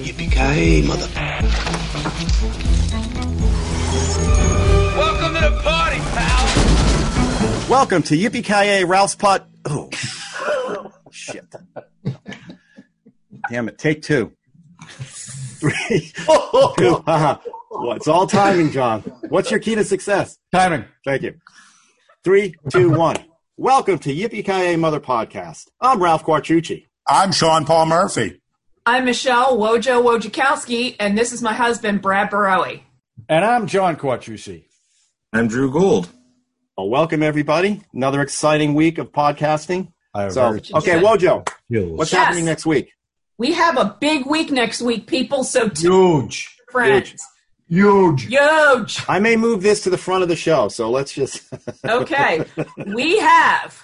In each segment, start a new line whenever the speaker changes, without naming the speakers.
Hey, mother.
Welcome to the party, pal.
Welcome to Yippee Ki Ralph's Pot. Oh, shit! Damn it! Take two. Three, two. haha. Well, it's all timing, John. What's your key to success?
Timing.
Thank you. Three, two, one. Welcome to Yippee Ki Mother Podcast. I'm Ralph Quartucci.
I'm Sean Paul Murphy.
I'm Michelle Wojo Wojciechowski, and this is my husband, Brad Barowie.
And I'm John Quattrucci.
I'm Drew Gould.
Well, welcome everybody. Another exciting week of podcasting.
I have
So,
very
okay, Wojo,
chills.
what's
Yes.
happening next week?
We have a big week next week, people, so tune
huge,
in, friends.
huge.
Huge.
I may move this to the front of the show, so let's just.
Okay. we have,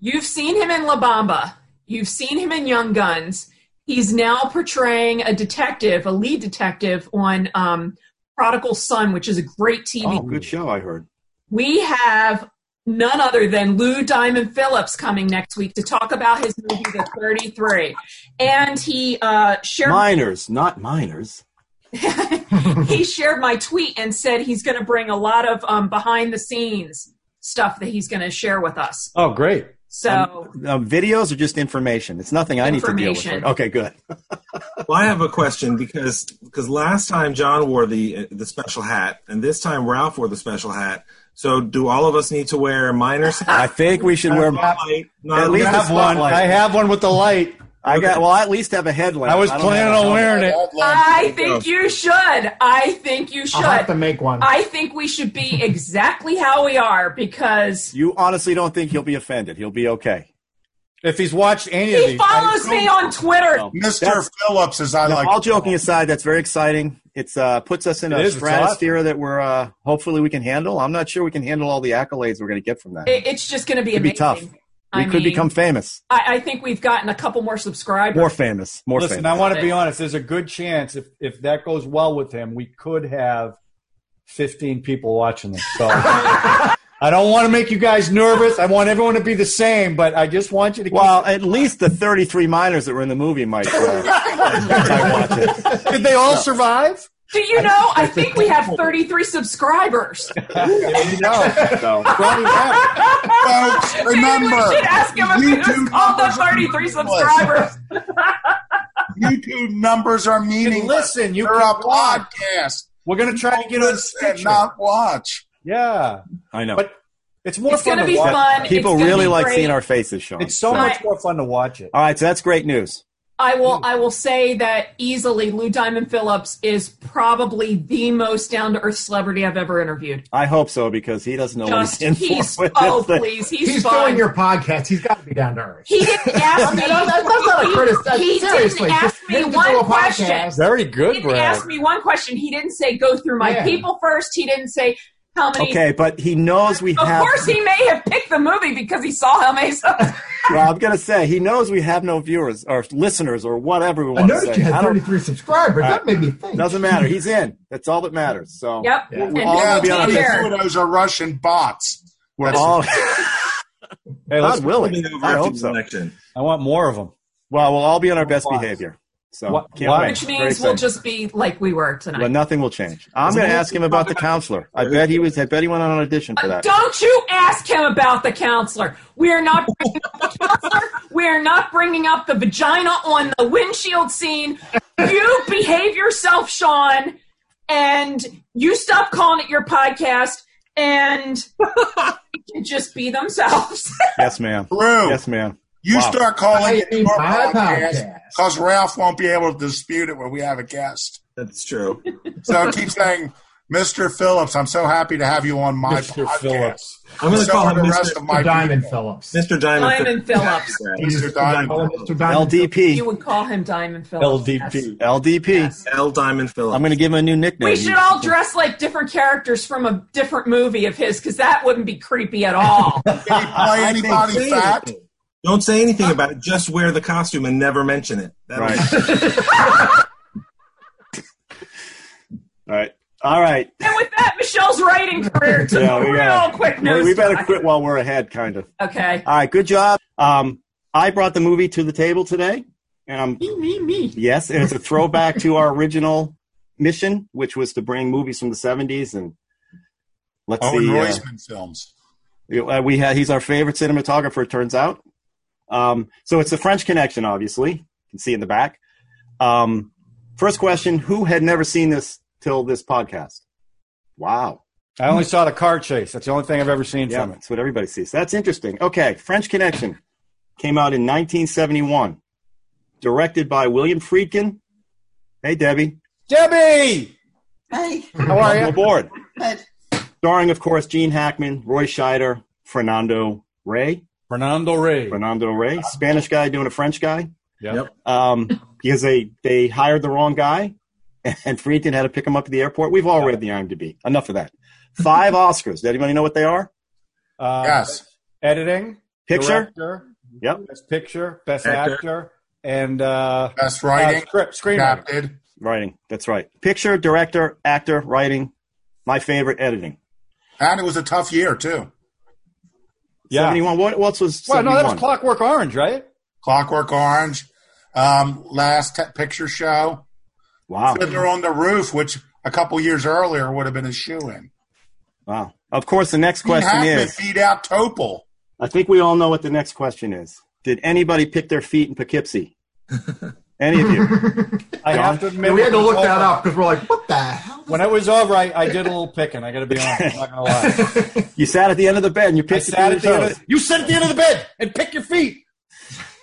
you've seen him in La Bamba, you've seen him in Young Guns. He's now portraying a detective, a lead detective on um, Prodigal Son, which is a great TV
oh, good show, I heard.
we have none other than Lou Diamond Phillips coming next week to talk about his movie The 33. And he uh, shared
Miners, not miners.
he shared my tweet and said he's going to bring a lot of um, behind the scenes stuff that he's going to share with us.
Oh, great.
So
Um, videos are just information. It's nothing I need to deal with.
Information.
right? Okay, good.
Well, I have a question because because last time John wore the the special hat, and this time Ralph wore the special hat. So, do all of us need to wear miners?
I think we should wear.
Spotlight, not
At least
I have one. I have one with the light.
I got. Well, I at least have a headlamp.
I was
don't
planning
have a
on wearing it.
I'd love-
I think you should. I think you
I'll have to
should.
make one.
I think we should be exactly how we are because
You honestly don't think he'll be offended? He'll be okay.
If he's watched any of
he
these,
follows me on Twitter.
No.
Mr.
That's-
Phillips, as I
No,
like.
all joking aside, that's very exciting. It's uh, puts us in
It
a
is, it's
stratosphere that we're uh, hopefully we can handle. I'm not sure we can handle all the accolades we're going to get from that.
It- it's just going to be
Could be
amazing.
tough. we
I
could
mean-
become famous,
I, I think we've gotten a couple more subscribers.
more famous, more
listen,
famous.
I want to be honest. There's a good chance if if that goes well with him, we could have 15 people watching this. So. I don't want to make you guys nervous. I want everyone to be the same, but I just want you to.
well, at least the 33 minors that were in the movie might, uh, might watch it.
did they all survive?
Do you know? I think we have 33 subscribers.
So.
Probably not.
Folks, remember,
Maybe we should ask him if he
YouTube
was all the
numbers are
33
meaningless.
subscribers.
YouTube numbers are
And
meaningless.
listen, you
They're a
can watch.
podcast.
We're gonna try to get on
Listen,
Stitcher.
not watch.
Yeah,
I know.
But it's more
It's
fun
going to
to
be
watch.
fun.
People
It's gonna
really
be
like
great.
seeing our faces, Sean.
It's so
So-
much more fun to watch it.
All right, so that's great news.
I will. I will say that easily. Lou Diamond Phillips is probably the most down to earth celebrity I've ever interviewed.
I hope so because he doesn't know
Just
what he's in
he's.
for. with
Oh
this thing.
please, he's,
He's
fun.
doing your podcast. He's got to be down to earth.
he didn't ask me.
I mean, that- that's not a
he-
criticism.
He
Seriously,
didn't ask
just
me
make it do
one
a
question.
podcast.
Very
He
good,
didn't ask
Brad.
me one question. He didn't say go through my
Yeah.
people first. He didn't say how many.
Okay, but he knows we
Of
have.
course, he may have picked the movie because he saw how many.
well, I'm gonna say he knows we have no viewers or listeners or whatever we
I
want to
noticed
say.
you
I
had
don't.
33 subscribers. That made me think.
Doesn't matter. He's in. That's all that matters. So
yep.
Yeah.
And
We're all
Yeah,
gonna
he'll
be on a
be
picture.
there.
those are Russian bots.
we're all.
Hey, let's,
God willing.
Coming over
I
after
hope
the
so.
election.
I want more of them.
Well, we'll all be on our best
Why?
behavior. So
Why-
can't
why?
wait.
Which
Very
means we'll
exciting.
just be like we were
But
tonight.
nothing will change. I'm gonna ask him about the counselor. I bet he was. I bet he went on an audition for that.
Don't you ask him about the counselor. We are not bringing up the counselor. We are not bringing up the vagina on the windshield scene. You behave yourself, Sean, and you stop calling it your podcast, and they can just be themselves.
Yes, ma'am.
Drew,
Yes, ma'am.
you
Wow.
start calling it
I
your podcast
my podcast.
because Ralph won't be able to dispute it when we have a guest.
That's true.
So keep saying, Mr. Phillips, I'm so happy to have you on my
Mr.
podcast.
Phillips.
I'm going to
so
call
are
him
the rest
Mr.
of my
Diamond
people.
Phillips.
Mr. Diamond.
Diamond Phillips.
Mr. Diamond.
Call him
Phillips.
Mr. Diamond
You
LDP.
would call him Diamond Phillips. yes.
LDP.
LDP.
L. Diamond Phillips.
I'm going to give him a new nickname.
We should all dress like different characters from a different movie of his because that wouldn't be creepy at all.
Can you play anybody
Don't say
fat?
anything. Don't say anything about it. Just wear the costume and never mention it. That
Right.
was-
all right. All right.
and with that, Michelle's writing career took
Yeah,
a
we
real
gotta-
quick
We,
nose.
we better
dive.
quit while we're ahead, kind of.
Okay.
All right. Good job. Um, I brought the movie to the table today. and I'm
Me, me, me.
yes, and it's a throwback to our original mission, which was to bring movies from the '70s and let's
Owen
see. uh,
Roisman films.
Uh, we had, he's our favorite cinematographer, it turns out. Um, so it's the French Connection, obviously. You can see in the back. Um, first question Who had never seen this till this podcast? Wow.
I only saw the car chase. That's the only thing I've ever seen
Yeah,
from it.
that's what everybody sees. That's interesting. Okay, French Connection came out in 1971, directed by William Friedkin. Hey, Debbie.
Debbie,
Hey,
how are
Welcome
you?
aboard.
but
Starring, of course, Gene Hackman, Roy Scheider, Fernando Rey.
Fernando Rey.
Fernando Rey, Spanish guy doing a French guy.
Yep.
Yep.
um, because they they hired the wrong guy, and Friedkin had to pick him up at the airport. We've all read the IMDb. Enough of that. Five Oscars. Does anybody know what they are?
Uh,
Yes.
Editing,
Picture.
director,
Yep.
best picture, best
Actor.
actor, and uh,
Best
uh,
writing.
script, screenwriter.
Adapted.
Writing. That's right. Picture, director, actor, writing. My favorite, editing.
And it was a tough year, too.
Yeah.
Seventy-one. What else was
Well, no,
seventy-one?
that was Clockwork Orange, right?
Clockwork Orange, um, Last Te- Picture Show,
wow.
Fiddler on the Roof, which a couple years earlier would have been a shoe in.
Wow. Of course, the next question is.
beat out Topol.
I think we all know what the next question is. Did anybody pick their feet in Poughkeepsie? Any of you?
I have to admit,
we had to
when it was
look that
over-
up because we're like, what the hell?
When it was over, I, I did a little picking. I got to be honest. I'm not gonna lie.
You sat at the end of the bed and you
I
picked
sat at the end
toes.
of the, you sit at the end of the bed and pick your feet.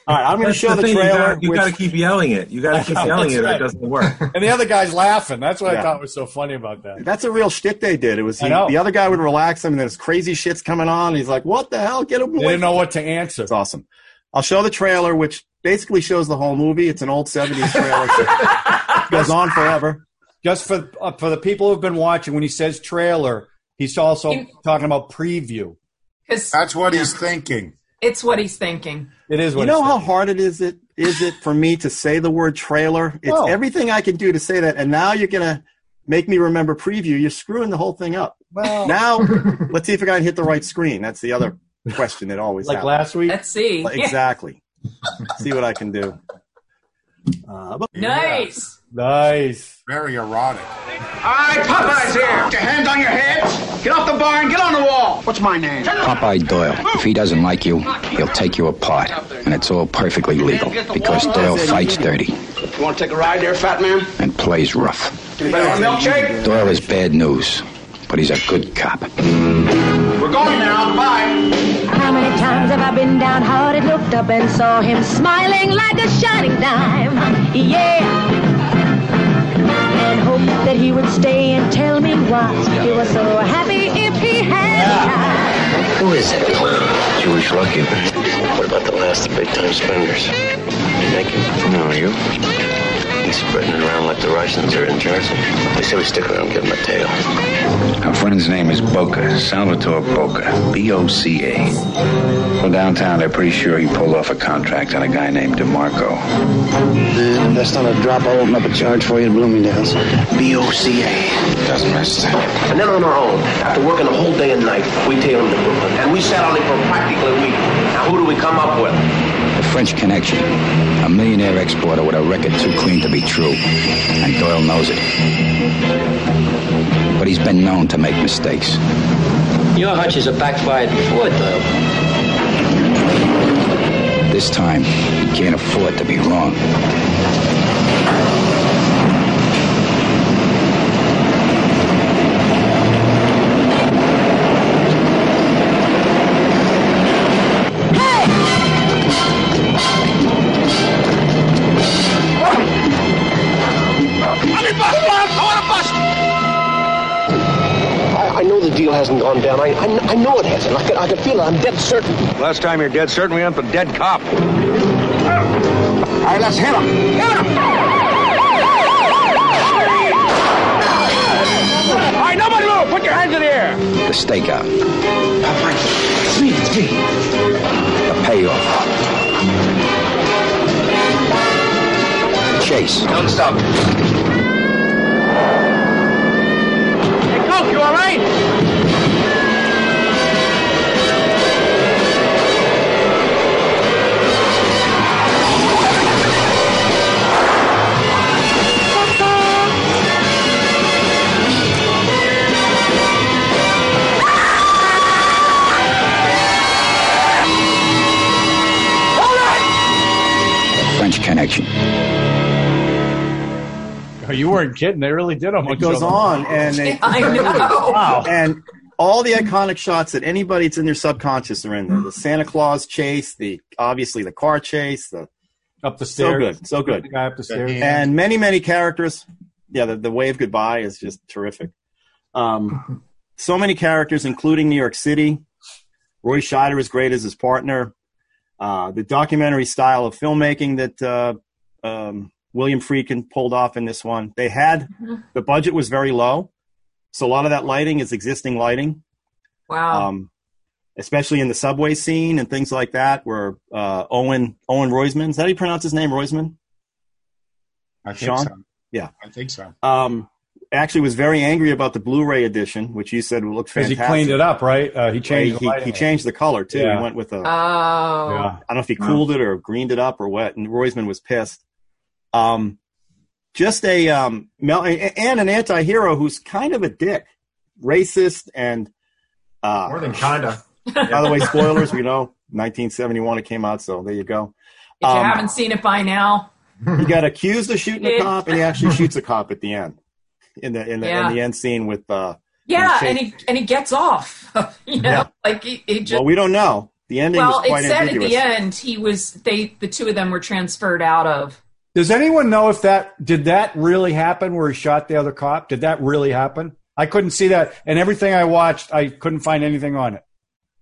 All right, I'm going to
That's
show the,
thing, You
trailer.
gotta, you
which-
gotta keep yelling it. You gotta keep
That's
yelling it. or
right.
It doesn't work.
And the other guy's laughing. That's what
Yeah.
I thought was so funny about that.
That's a real shtick they did. It was
I
he,
know.
the other guy would relax him, and then his crazy shit's coming on. And he's like, "What the hell? Get him
They
away!"
didn't know what to answer.
It's awesome. I'll show the trailer, which basically shows the whole movie. It's an old '70s trailer. so it goes on forever.
Just for uh, for the people who've been watching, when he says trailer, he's also
In-
talking about preview.
Because
That's what he's thinking.
it's what he's thinking.
It is what
You
he
know
said.
how hard it is it is it for me to say the word trailer? It's
Oh.
everything I can do to say that, and now you're gonna make me remember preview. You're screwing the whole thing up.
well,
Now let's see if I can hit the right screen. That's the other question that always
like
happens.
last week.
Let's see.
Exactly. See what I can do. Uh, but-
Nice.
Nice.
Very erotic.
All right, Popeye's here. Get your hands on your heads. Get off the bar and get on the wall. What's my name?
Popeye Doyle. If he doesn't like you, he'll take you apart. And it's all perfectly legal because Doyle fights dirty
You want to take a ride there, fat man?
and plays rough.
Anybody want a milkshake?
Doyle is bad news, but he's a good cop.
We're going now. Bye.
How many times have I been downhearted, looked up and saw him smiling like a shining dime? Yeah. And hoped that he would stay and tell me why he was so happy if he had time.
Who is it?
Jewish lucky. What about the last of big time spenders? You naked? No, are you? He's spreading it around like the Russians are in Jersey. They say we stick around and give him a tail.
Our friend's name is Boca, Salvatore Boca, B O C A. Well, downtown, they're pretty sure he pulled off a contract on a guy named DeMarco.
And that's not a drop. I'll open up a charge for you at Bloomingdale's. B-O-C-A. Doesn't miss that. And then on our own, after working the whole day and night, we tailed him to Brooklyn. And we sat on him for practically a week. Now, who do we come up with?
The French Connection, a millionaire exporter with a record too clean to be true. And Doyle knows it. But he's been known to make mistakes.
Your hunches have backfired before, though.
This time, he can't afford to be wrong.
I need bus. I want a bus.
I, I know the deal hasn't gone down. I, I, kn- I know it hasn't. I can, I can feel it. I'm dead certain. Last time you're dead certain, we up a dead cop. All right, let's hit him. Hit him!
All right, nobody move. Put your hands in the air.
The stakeout,
It's me. It's me.
the payoff. Chase,
Don't stop.
Hey, Coke, you all right?
French Connection.
Oh, you weren't kidding. They really did on
It goes on, and they,
Wow.
and all the iconic shots that anybody that's in their subconscious are in there. The Santa Claus chase, the obviously the car chase, the
up the
So
stairs.
good, so good.
The guy up the stairs.
and many many characters. Yeah, the, the wave goodbye is just terrific. Um, so many characters, including New York City. Roy Scheider is great as his partner. Uh, the documentary style of filmmaking that uh, um, William Friedkin pulled off in this one. They had the budget was very low, so a lot of that lighting is existing lighting,
Wow.
um, especially in the subway scene and things like that. Where uh, Owen Owen Roisman is that how you pronounce his name? Roisman.
I think
Sean?
so.
Yeah.
I think so.
Um, actually, was very angry about the Blu-ray edition, which you said looked
Because he
fantastic.
cleaned it up, right? Uh, he
He,
changed. the
he,
lighting.
he changed the color too.
Yeah.
He went with a.
oh.
Yeah.
I don't know if he cooled it or greened it up or what. And Roisman was pissed. Um, just a um, mel- a- and an anti-hero who's kind of a dick, racist, and uh,
More than kinda.
by the way, spoilers. We know 1971 it came out, so there you go.
If you
Um,
haven't seen it by now,
he got accused of shooting a
Yeah.
cop, and he actually shoots a cop at the end. In the in the,
Yeah.
in the end scene with uh,
yeah,
shape.
and he and he gets off. you know,
Yeah.
like he, he just
well, we don't know. The ending
well,
is
it
quite
said at
ambiguous.
the end he was they the two of them were transferred out of.
Does anyone know if that did that really happen? Where he shot the other cop? Did that really happen? I couldn't see that, and everything I watched, I couldn't find anything on it.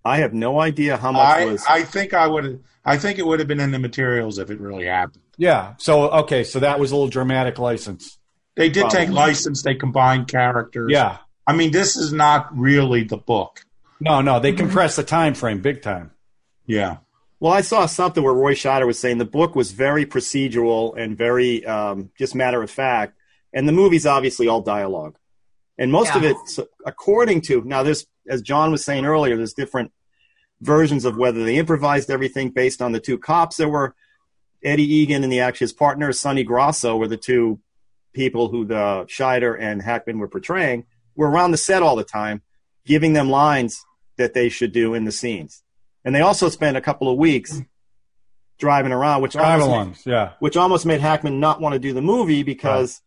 I have no idea how much
I,
was.
I think I would. I think it would have been in the materials if it really happened.
Yeah. So okay, so that was a little dramatic license.
They did take
Probably.
license. They combined characters.
Yeah.
I mean, this is not really the book.
No, no,
Mm-hmm.
they compressed the time frame big time.
Yeah.
well, I saw something where Roy Scheider was saying the book was very procedural and very um, just matter of fact, and the movie's obviously all dialogue, and most of
Yeah.
it, so- according to now, there's as John was saying earlier, there's different versions of whether they improvised everything based on the two cops that were Eddie Egan and the actually his partner Sonny Grosso were the two people who the Scheider and Hackman were portraying were around the set all the time, giving them lines that they should do in the scenes. And they also spent a couple of weeks driving around, which
Drive
almost
alongs,
made,
yeah.
which almost made Hackman not want to do the movie because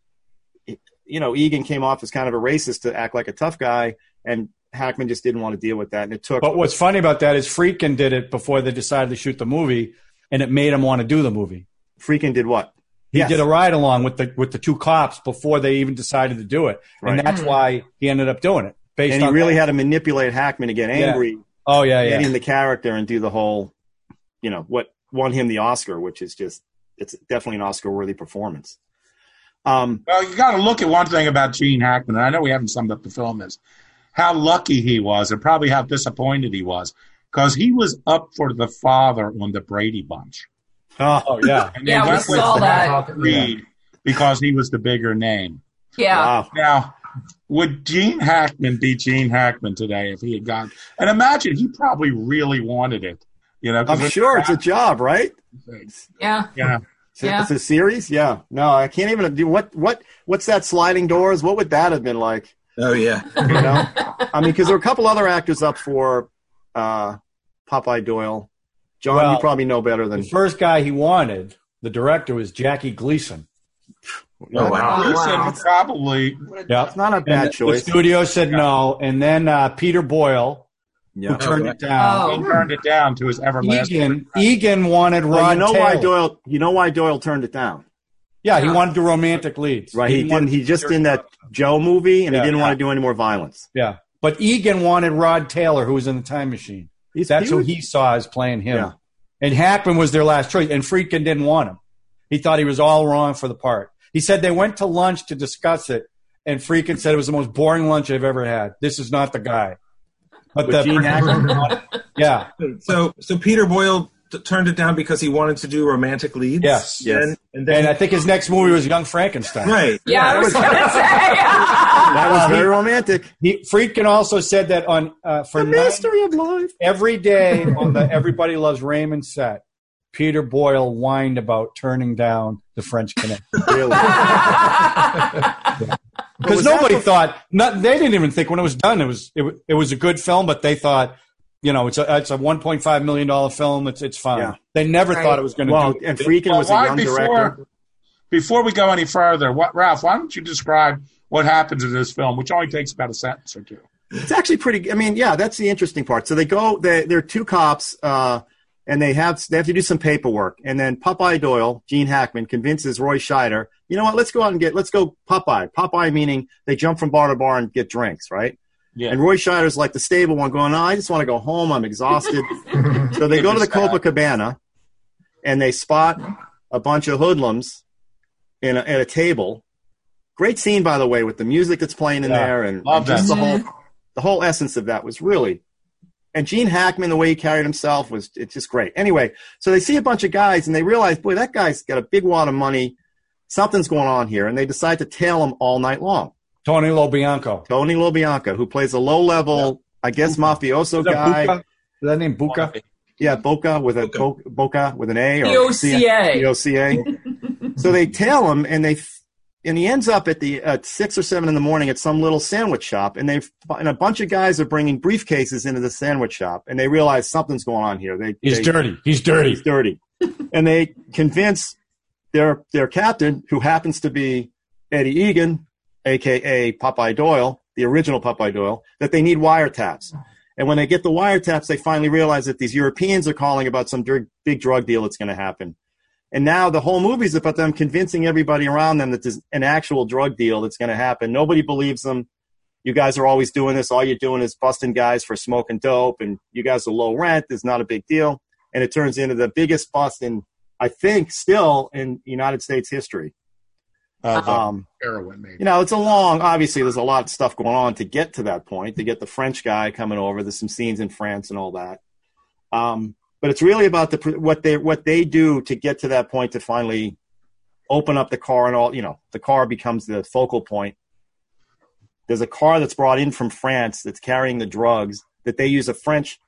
you know Egan came off as kind of a racist to act like a tough guy, and Hackman just didn't want to deal with that. And it took
But what's funny about that is Freakin did it before they decided to shoot the movie, and it made him want to do the movie.
freaking did what
He
Yes.
did a ride along with the with the two cops before they even decided to do it,
Right. Mm-hmm.
and that's why he ended up doing it. Based
and he
on
really
that.
had to manipulate Hackman to get
Yeah.
angry.
oh yeah yeah
Getting the character and do the whole, you know, what won him the Oscar, which is just it's definitely an Oscar-worthy performance. Um,
Well, you got to look at one thing about Gene Hackman. And I know we haven't summed up the film is how lucky he was, and probably how disappointed he was, because he was up for the father on the Brady Bunch.
oh yeah
And
Yeah, we
went with
saw that.
Reed because he was the bigger name.
Yeah.
Wow,
Now, would Gene Hackman be Gene Hackman today if he had gone? And imagine he probably really wanted it. You know, 'cause
I'm
it-
sure it's a job, right?
Yeah.
yeah.
It's a-
Yeah.
It's a series, yeah. No, I can't even do what what what's that sliding doors? What would that have been like?
Oh yeah.
You know, I mean, because there were a couple other actors up for uh, Popeye Doyle. John,
Well,
you probably know better
the
than
first guy he wanted, the director was Jackie Gleason.
Oh wow.
He said
wow.
probably
Yeah,
it's not a bad choice.
The studio said no, and then uh, Peter Boyle
Yeah.
who turned it down.
he
Oh.
turned it down to his everlasting.
Egan Egan wanted
Well,
Rod
you know why
Taylor.
Doyle? You know why Doyle turned it down?
yeah, he wanted the romantic leads.
Right. He, didn't.
wanted-
He just in that Joe movie, and
Yeah,
he didn't
yeah.
want to do any more violence.
Yeah, but Egan wanted Rod Taylor, who was in the Time Machine.
He's
That's who
huge.
he saw as playing him.
Yeah.
And Hackman was their last choice, and Friedkin didn't want him. He thought he was all wrong for the part. He said they went to lunch to discuss it, and Friedkin said it was the most boring lunch I've ever had. This is not the guy. But
With Gene
yeah,
So so Peter Boyle t- turned it down because he wanted to do romantic leads.
Yes.
Yes.
And, and
and
then
I think his next movie was Young Frankenstein.
right.
Yeah, I was gonna say.
That was
Well, he-
very romantic.
He, Friedkin also said that on uh, for nine-
of life.
every day on the Everybody Loves Raymond set, Peter Boyle whined about turning down the French Connection.
Really.
because
was that
nobody
bef-
thought not, they didn't even think when it was done it was it, wa- it was a good film but they thought you know, it's a it's a one point five million dollar film. It's it's fine. They never thought it was going to
Well,
do.
and Friedkin was a young director.
Before we go any further, what Ralph? Why don't you describe what happens in this film, which only takes about a sentence or two?
it's actually pretty. I mean, yeah, that's the interesting part. So they go. They, they're two cops, uh, and they have they have to do some paperwork. And then Popeye Doyle, Gene Hackman, convinces Roy Scheider, you know what? Let's go out and get. Let's go Popeye. Popeye meaning they jump from bar to bar and get drinks, right?
Yeah.
And Roy Scheider's like the stable one, going, oh, "I just want to go home. I'm exhausted." so they go to the Copacabana, and they spot a bunch of hoodlums in a, at a table. Great scene, by the way, with the music that's playing in
Yeah.
there, and,
Love
and just
that.
the whole the whole essence of that was really. And Gene Hackman, the way he carried himself was it's just great. Anyway, so they see a bunch of guys and they realize, boy, that guy's got a big wad of money. Something's going on here, and they decide to tail him all night long.
Tony Lobianco.
Tony Lobianco, who plays a low level, I guess, mafioso
Is that
guy.
Buca? Is that name Buca?
Yeah, Boca with a Boca, Boca with an A or
BOCA.
BOCA. so they tail him, and they and he ends up at the at six or seven in the morning at some little sandwich shop, and they and a bunch of guys are bringing briefcases into the sandwich shop, and they realize something's going on here. They
He's
they-
dirty. He's dirty.
He's dirty, and they convince their their captain, who happens to be Eddie Egan, aka Popeye Doyle, the original Popeye Doyle, that they need wiretaps. And when they get the wiretaps, they finally realize that these Europeans are calling about some dr- big drug deal that's going to happen. And now the whole movie's about them convincing everybody around them that there's an actual drug deal that's going to happen. Nobody believes them. You guys are always doing this. All you're doing is busting guys for smoking dope, and you guys are low rent. It's not a big deal. And it turns into the biggest bust in, I think, still in United States history.
Uh-huh.
Um,
heroin, maybe.
you know, it's a long. Obviously, there's a lot of stuff going on to get to that point. To get the French guy coming over, there's some scenes in France and all that. Um, but it's really about the pr- what they what they do to get to that point to finally open up the car and all. You know, the car becomes the focal point. There's a car that's brought in from France that's carrying the drugs that they use a French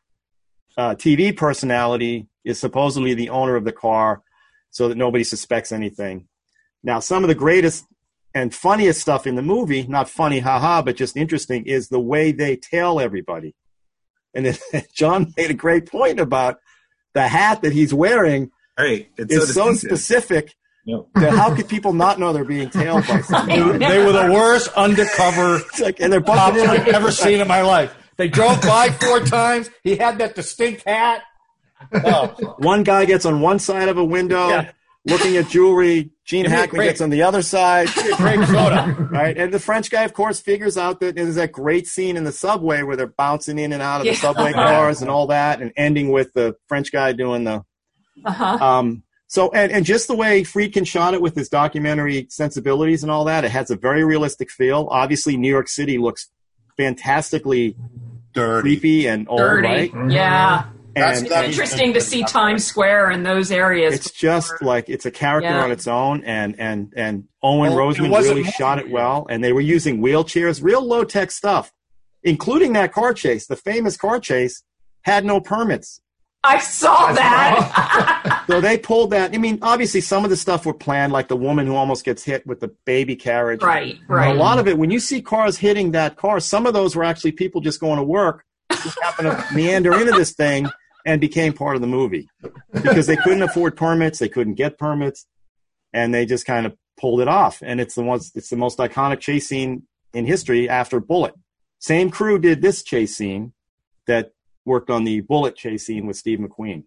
uh, TV personality is supposedly the owner of the car, so that nobody suspects anything. Now, some of the greatest and funniest stuff in the movie, not funny, haha, but just interesting, is the way they tell everybody. And then John made a great point about the hat that he's wearing
Hey, it's
is so,
distinctive.
specific.
Yep.
that how could people not know they're being tailed by somebody?
They were the worst undercover
like, and they're
cops
busting in
I've ever seen in my life. They drove by four times. He had that distinct hat. Oh,
One guy gets on one side of a window
Yeah.
looking at jewelry. Gene
Give me a
Hackman
grape.
gets on the other side.
grape soda.
right? And the French guy, of course, figures out that there's that great scene in the subway where they're bouncing in and out of the
Yeah.
subway cars and all that, and ending with the French guy doing the.
Uh-huh.
Um, so, and, and just the way Friedkin shot it with his documentary sensibilities and all that, it has a very realistic feel. Obviously, New York City looks fantastically
Dirty.
creepy and old,
Dirty.
right?
Yeah.
And-
It's
and-
Mm-hmm. interesting to see Times Square in those areas.
it's just like it's a character
Yeah.
on its own and and and owen
Well, it
roseman
wasn't
really
meant
shot it well and they were using wheelchairs real low tech stuff including that car chase the famous car chase had no permits
I saw that.
so they pulled that i mean obviously some of the stuff were planned like the woman who almost gets hit with the baby carriage
Right,
And
right.
a lot of it when you see cars hitting that car some of those were actually people just going to work who happened to meander into this thing and became part of the movie because they couldn't afford permits, they couldn't get permits, and they just kind of pulled it off. And it's the ones, it's the most iconic chase scene in history after Bullet. Same crew did this chase scene that worked on the Bullet chase scene with Steve McQueen.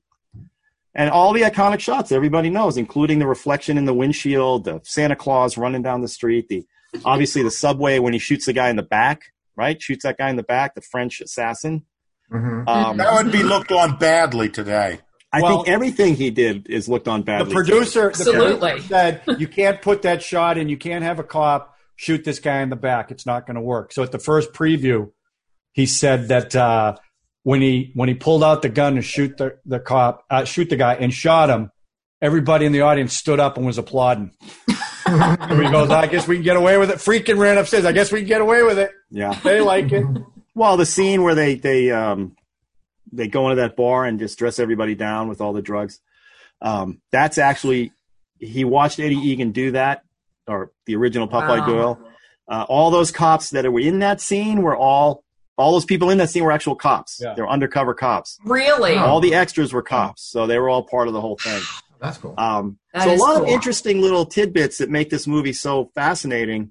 And all the iconic shots everybody knows, including the reflection in the windshield, the Santa Claus running down the street, the obviously the subway when he shoots the guy in the back, right? Shoots that guy in the back, the French assassin. Um,
That would be looked on badly today.
I
Well-
think everything he did is looked on
the
badly.
producer, the
Absolutely.
producer said, "You can't put that shot in. You can't have a cop shoot this guy in the back. It's not going to work." So at the first preview, he said that uh, when he when he pulled out the gun to shoot the the cop, uh, shoot the guy, and shot him, everybody in the audience stood up and was applauding. and he goes, "I guess we can get away with it." Freaking ran upstairs. I guess we can get away with it.
Yeah.
They like it.
Well, the scene where they they um they go into that bar and just dress everybody down with all the drugs. Um, that's actually he watched Eddie Egan do that, or the original Popeye
Wow.
Doyle. Uh, all those cops that were in that scene were all all those people in that scene were actual cops. They were undercover cops.
Really?
All the extras were cops, so they were all part of the whole thing.
That's cool.
Um,
That
so a
is
lot of
cool.
interesting little tidbits that make this movie so fascinating.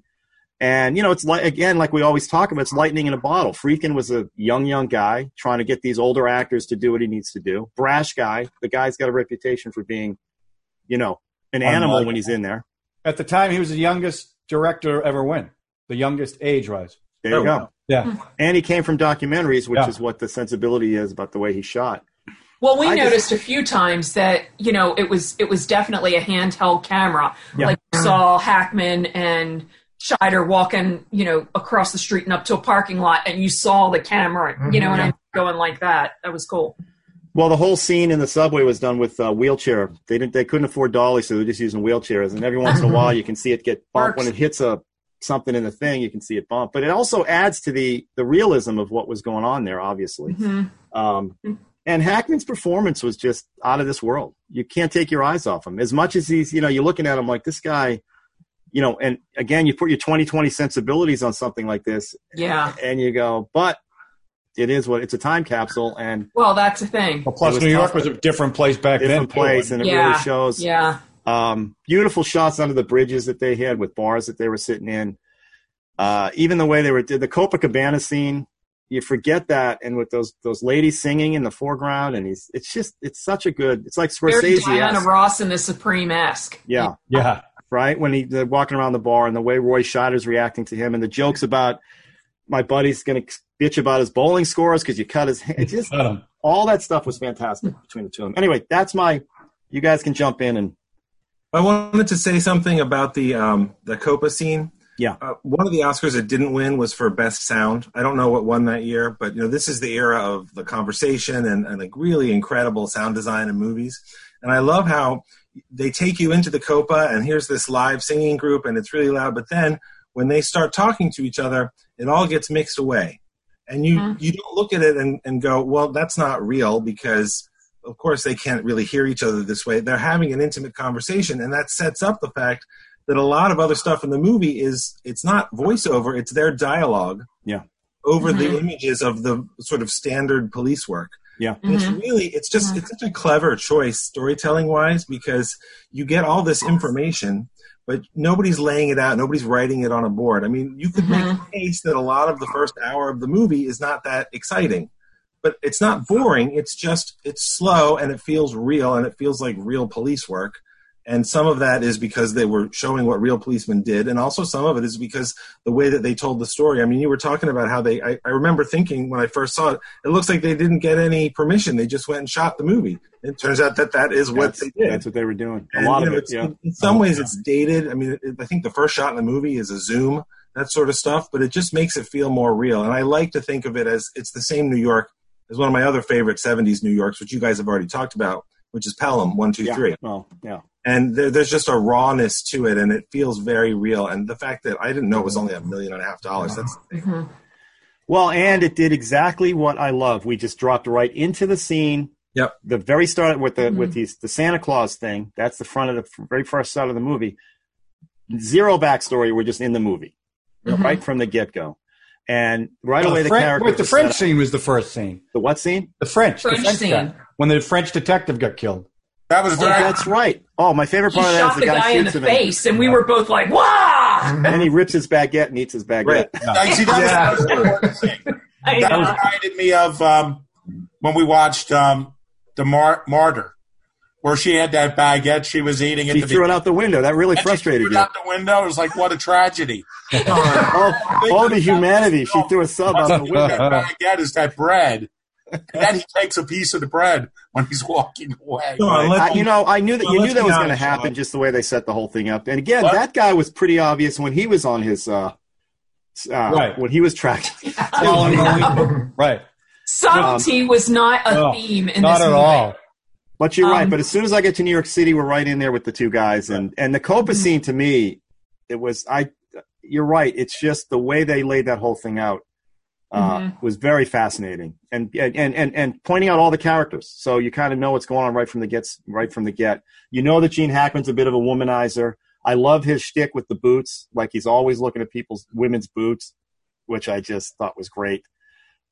And you know, it's like again, like we always talk about, it's lightning in a bottle. Freakin was a young, young guy trying to get these older actors to do what he needs to do. Brash guy. The guy's got a reputation for being, you know, an animal when he's in there.
At the time, he was the youngest director to ever win, the youngest age wise.
There you go.
Yeah.
And he came from documentaries, which is what the sensibility is about the way he shot.
Well, we
I just-
noticed a few times that you know it was it was definitely a handheld camera.
Yeah.
Like you saw Hackman and Scheider walking, you know, across the street and up to a parking lot, and you saw the camera, you
Mm-hmm.
know, and I'm going like that. That was cool.
Well, the whole scene in the subway was done with uh, wheelchair. They didn't. They couldn't afford dollies, so they're just using wheelchairs. And every once in a while, you can see it get bumped when it hits a something in the thing. You can see it bump, but it also adds to the the realism of what was going on there. Obviously, um, and Hackman's performance was just out of this world. You can't take your eyes off him. As much as he's, you know, you're looking at him like this guy, you know. And again, you put your 2020 sensibilities on something like this,
Yeah.
and you go, but it is what it's a time capsule, and
Well, that's the thing.
Well, plus,
It was
New York
tough.
was a different place back then.
different
too.
place, and it
yeah.
really shows.
Yeah.
Um, beautiful shots under the bridges that they had with bars that they were sitting in. Uh, even the way they were did the Copacabana scene, you forget that, and with those those ladies singing in the foreground, and he's it's just it's such a good. It's like
Very
Scorsese.
Diana Ross in the Supreme esque.
Yeah,
yeah.
Right when he they're walking around the bar and the way Roy Scheider's reacting to him and the jokes about my buddy's gonna bitch about his bowling scores because you cut his hand. It Just
Cut him.
all that stuff was fantastic between the two of them. Anyway, that's my. You guys can jump in and
I wanted to say something about the um, the Copa scene.
Yeah.
Uh, one of the Oscars it didn't win was for best sound. I don't know what won that year, but you know this is the era of the conversation and, and like really incredible sound design in movies. And I love how they take you into the Copa and here's this live singing group and it's really loud. But then when they start talking to each other, it all gets mixed away, and you you don't look at it and, and go, well, that's not real because of course they can't really hear each other this way they're having an intimate conversation and that sets up the fact that a lot of other stuff in the movie is it's not voiceover it's their dialogue
yeah
over
Mhm.
the images of the sort of standard police work
yeah
Mm-hmm.
and it's really it's just it's such a clever choice storytelling wise because you get all this information but nobody's laying it out nobody's writing it on a board i mean you could make a case that a lot of the first hour of the movie is not that exciting but it's not boring it's just it's slow and it feels real and it feels like real police work and some of that is because they were showing what real policemen did and also some of it is because the way that they told the story i mean you were talking about how they i, I remember thinking when i first saw it it looks like they didn't get any permission they just went and shot the movie it turns out that that is what
that's,
they did
that's what they were doing. A
And,
lot
you
of
know,
it,
it's-
yeah.
in- In some ways, it's dated. I mean, it, I think the first shot in the movie is a zoom, that sort of stuff, but it just makes it feel more real. And I like to think of it as it's the same New York as one of my other favorite 70s New Yorks, which you guys have already talked about, which is Pelham One Two Three
Yeah. Well, yeah.
and there, there's just a rawness to it, and it feels very real. And the fact that I didn't know it was only a million and a half dollars. That's
Well, and it did exactly what I love. We just dropped right into the scene.
Yep.
The very start with the with
Mm-hmm.
Mhm.
these, the Santa Claus thing. That's the front of the f- very first side of the movie. Zero backstory. We're just in the movie, right from the get go, and right
Well,
away the
Mm-hmm. Oh, French-
character.
wait, the French scene was the first scene.
The what scene?
The French.
French
the French
scene.
guy, when the French detective got killed.
That
was during-
that's right. Oh, my favorite
He
part of that is the,
shot the guy in
shoots
the
him
face, and we were both like, "Wow!"
And, and he rips his baguette and eats his baguette.
Right. I see that was the important thing.
I
That
know.
reminded me of um, when we watched um, the Mar- Martyr, where she had that baguette she was eating. At
She
the
threw it
beginning.
out the window. That really
And she
frustrated
threw it
you.
out the window. It was like what a tragedy.
oh, oh, the humanity! She threw a sub out the window.
That baguette is that bread. And then he takes a piece of the bread when he's walking away.
I, you know, I knew that
Well,
you knew
let's
that
be
was going to
honest,
happen
Sean.
just the way they set the whole thing up. And again, that guy was pretty obvious when he was on his uh, s- uh
Right.
when he was tracked. Um,
right.
Subtlety was not a theme in this movie.
But you're right.
Um,
But as soon as I get to New York City, we're right in there with the two guys, and and the Copa
mm-hmm.
scene to me, it was I. You're right. It's just the way they laid that whole thing out uh,
Mhm.
was very fascinating, and and and and and pointing out all the characters, so you kind of know what's going on right from the gets right from the get. You know that Gene Hackman's a bit of a womanizer. I love his shtick with the boots, like he's always looking at people's women's boots, which I just thought was great.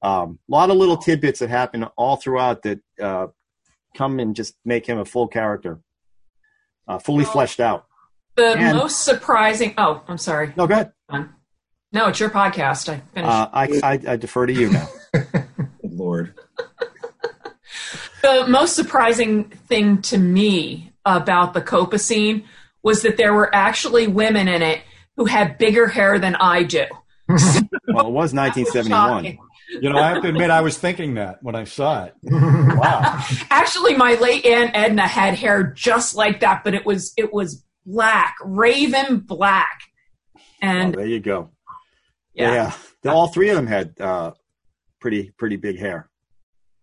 A lot of little tidbits that happen all throughout that uh, come and just make him a full character, uh, fully fleshed out.
The
And-
most surprising. Oh, I'm sorry.
No, go ahead.
No, it's your podcast. I finished.
Uh, I, I, I defer to you now.
Lord.
the most surprising thing to me about the Copa scene was that there were actually women in it who had bigger hair than I do.
Well, it was 1971.
Shocking.
You know, I have to admit, I was thinking that when I saw it.
Actually, my late aunt Edna had hair just like that, but it was it was black, raven black,
Oh,
and
there you go.
Yeah.
The- all three of them had uh, pretty pretty big hair.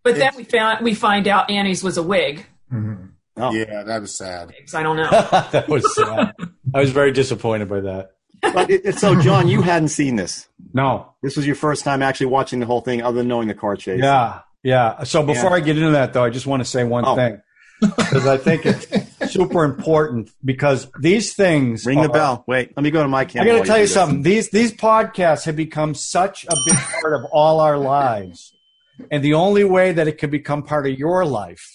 But then we found we find out Annie's was a wig.
Oh.
Yeah, that was sad.
'cause I don't know.
that was sad. I was very disappointed by that.
But it, it- so, John, you hadn't seen this.
No.
This was your first time actually watching the whole thing, other than knowing the car chase.
Yeah, yeah. So before
Yeah.
I get into that, though, I just want to say one
Oh.
thing because I think it's super important because these things
Ring the
are-
bell. Wait, let me go to my camera.
I got
while
to tell
do
you
this.
something. These these podcasts have become such a big part of all our lives, and the only way that it can become part of your life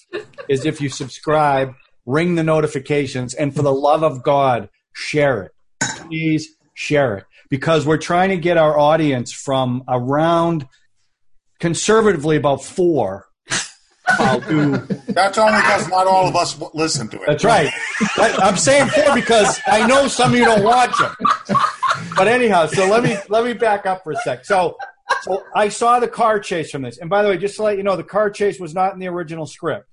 is if you subscribe, ring the notifications, and for the love of God, share it. Please share it because we're trying to get our audience from around conservatively about four. uh, to
That's only because not all of us w- listen to it.
that's right. I, I'm saying four because I know some of you don't watch them. But anyhow, so let me let me back up for a sec. So, so I saw the car chase from this, and by the way, just to let you know, the car chase was not in the original script.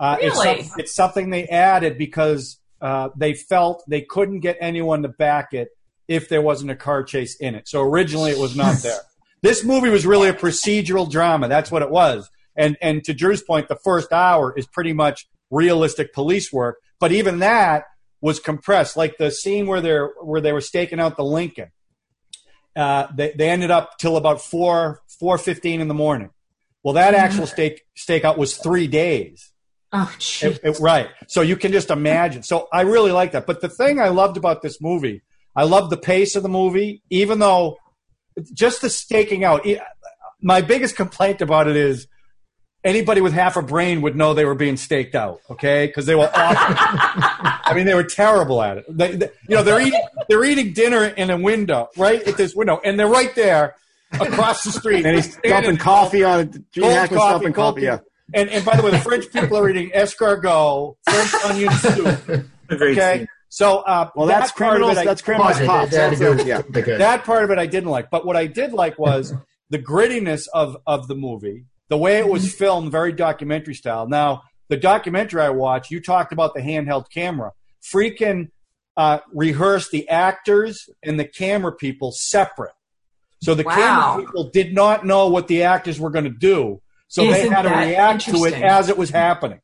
Uh, it's,
Really?
some- it's something they added because uh, they felt they couldn't get anyone to back it if there wasn't a car chase in it. So originally, it was not there. This movie was really a procedural drama. That's what it was. And and to Drew's point, the first hour is pretty much realistic police work. But even that was compressed, like the scene where they are where they were staking out the Lincoln. Uh, they they ended up till about four four fifteen in the morning. Well, that actual stake stakeout was three days.
Oh, jeez.
It- it- right. So you can just imagine. So I really like that. But the thing I loved about this movie, I loved the pace of the movie, even though just the staking out. e- My biggest complaint about it is anybody with half a brain would know they were being staked out, okay? Because they were awful. I mean, they were terrible at it. They, they- you know, they're eating, they're eating dinner in a window, right at this window, and they're right there across the street.
And he's
Standing-
dumping coffee on Gene
Cold
Hackman's
coffee,
dumping
cold
coffee. Yeah.
and, and by the way, the French people are eating escargot, French onion soup.
A great
Okay,
scene.
so uh,
Well,
that
that's
part of
criminals.
it I-
That's criminals.
Pause it.
Cops.
There
That's
you go.
it, yeah.
There you go.
that part of it I didn't like. But what I did like was the grittiness of of the movie, the way it was filmed, very documentary style. Now, the documentary I watched, you talked about the handheld camera. Freaking uh, rehearsed the actors and the camera people separate. So the
Wow.
camera people did not know what the actors were going to do. So they
Isn't
had to
that
react to it
interesting?
as it was happening.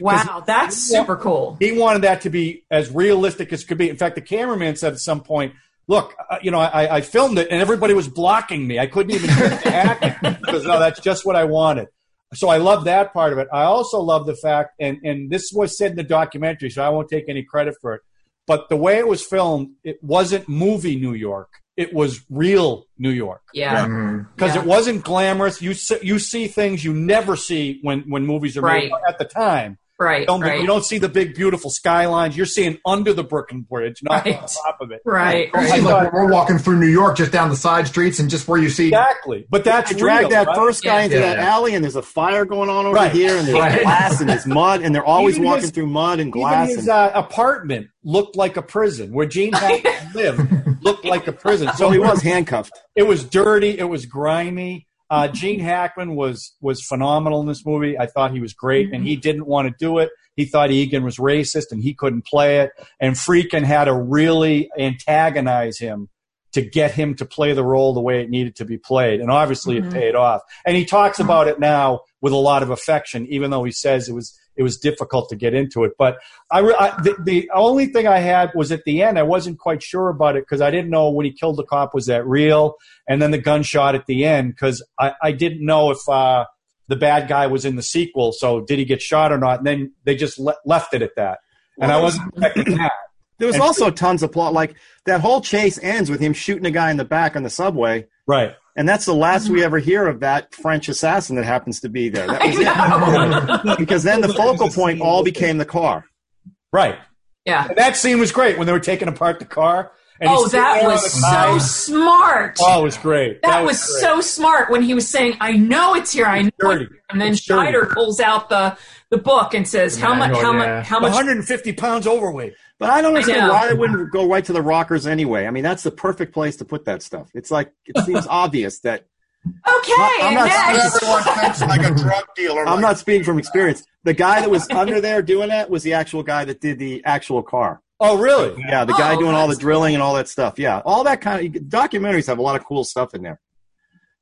wow, that's super cool.
He wanted that to be as realistic as could be. In fact, the cameraman said at some point, "Look, uh, you know, I, I filmed it, and everybody was blocking me. I couldn't even hear the acting because no, that's just what I wanted." So I love that part of it. I also love the fact, and and this was said in the documentary, so I won't take any credit for it. But the way it was filmed, it wasn't movie New York. It was real New York
Yeah. Mm-hmm.
because
Yeah.
it wasn't glamorous. You see, you see things you never see when when movies are made
Right.
at the time.
Right.
Don't-
right.
You don't see the big, beautiful skylines. You're seeing under the Brooklyn Bridge, not
Right.
on top of it. Oh
right.
You see,
Right.
like, we're walking through New York, just down the side streets, and just where you see.
Exactly. But that's
They drag
real,
that
right?
first guy
Yeah.
into that
Yeah.
alley, and there's a fire going on over
Right.
here, and there's
Right.
glass, and there's mud, and they're always
Even
walking
his-
through mud and
Even
glass.
his
and-
uh, apartment looked like a prison. Where Gene Hackman lived looked like a prison. So
so Oh, he
it
was
was
handcuffed.
it was dirty. It was grimy. Uh, Gene Hackman was was phenomenal in this movie. I thought he was great, and he didn't want to do it. He thought Egan was racist, and he couldn't play it. And Freakin had to really antagonize him to get him to play the role the way it needed to be played. And obviously, it paid off. And he talks about it now with a lot of affection, even though he says it was it was difficult to get into it. But I, re- I the, the only thing I had was at the end. I wasn't quite sure about it because I didn't know when he killed the cop was that real, and then the gunshot at the end because I, I didn't know if uh, the bad guy was in the sequel. So did he get shot or not? And then they just le- left it at that, and I wasn't expecting that.
There was
And-
also tons of plot. Like that whole chase ends with him shooting a guy in the back on the subway,
Right.
And that's the last we ever hear of that French assassin that happens to be there. That was it. because then the focal point all became the car.
Right.
Yeah.
And that scene was great when they were taking apart the car. And
oh,
he's sitting
that
there on
was
the
so
side.
smart.
Oh, it was great.
That, was, so smart when he was saying, "I know it's here. I know." It's here. And then Schneider pulls out the the book and says, "How much? How much? How much?"
150 pounds overweight.
But I don't understand
know.
why they wouldn't go right to the rockers anyway. I mean, that's the perfect place to put that stuff. It's like it seems obvious that
Okay,
I'm not-
next.
Everyone thinks like a drug dealer.
I'm not speaking from experience. The guy that was under there doing that was the actual guy that did the actual car.
Oh, really?
Yeah, the guy doing all the drilling and all that stuff. Yeah, all that kind of documentaries have a lot of cool stuff in there.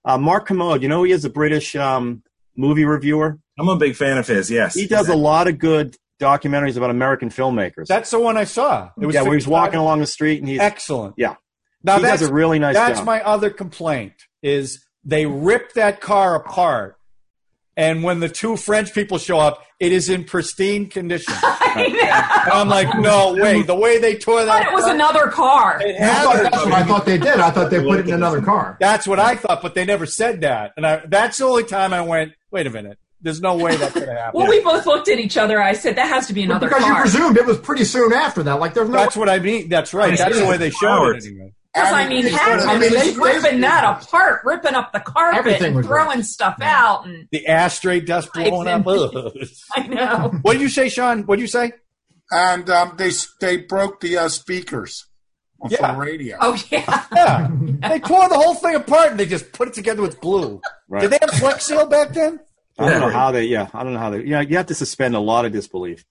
Uh, Mark Commode, you know, he is a British um, movie reviewer.
I'm a big fan of his. Yes,
He does a lot of good documentaries about American filmmakers.
That's the one I saw. It was
yeah, where he's
55
walking along the street and he's
Excellent.
Yeah,
Now
he
that's
does a really nice
That's
job.
my other complaint is they rip that car apart, and when the two French people show up, it is in pristine condition. And I'm like, no way. The way they tore that,
But it was another car.
I thought, that's what I thought they did. I thought they put it in another car.
That's what I thought, but they never said that, and I, that's the only time I went. Wait a minute. There's no way that could have happened.
Well, we both looked at each other. I said, "That has to be another
Because you
car."
presumed it was pretty soon after that. Like there's no.
that's what I mean. That's right. That's the way they showed it. Anyway.
Because I mean,
I
Hackman
mean, they-
was ripping that apart, ripping up the carpet,
Everything
and
was
throwing stuff out, and
The ashtray dust blowing up. Ugh.
I know.
what did you say, Sean? What did you say?
And um, they they broke the uh, speakers for the radio.
Oh yeah,
Yeah. they tore the whole thing apart and they just put it together with glue.
Right.
Did they have Flex Seal back then?
I don't know how they. Yeah, I don't know how they. You know, you have to suspend a lot of disbelief.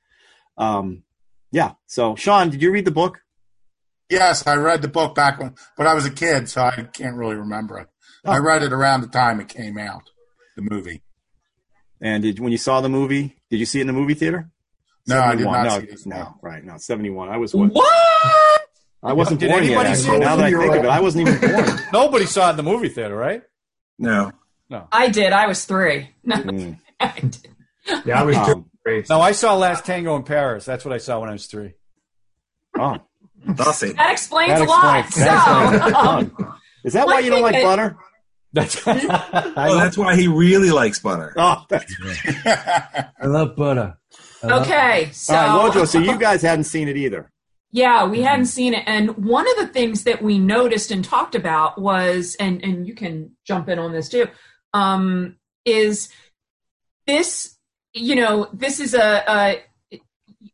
Um, yeah. So, Sean, did you read the book?
Yes, I read the book back when, but I was a kid, so I can't really remember it.
Oh.
I read it around the time it came out, the movie.
And did when you saw the movie? Did you see it in the movie theater?
No, I did
71.
not
no,
see this
No,
now.
right. No, seventy-one. I was what?
What?
I wasn't
Did
born yet.
anybody see
Actually.
it
Now that I
when you were
think of it,
like-
I wasn't even born.
Nobody saw it in the movie theater, right?
No.
I did. I was three. No,
Mm.
I did.
Yeah, I was
Um,
No, I saw Last Tango in Paris. That's what I saw when I was three.
oh,
I'll see.
that explains
that
a lot.
explains. That
so,
explains
um,
um, Is that why you don't
One
like
thing that-
butter?
That's
Oh, that's why he really likes butter.
Oh, that's,
I love butter.
okay, so
all right, Lojo. So you guys hadn't seen it either.
Yeah, we hadn't seen it. And one of the things that we noticed and talked about was, and, and you can jump in on this too, um, is this, you know, this is a, a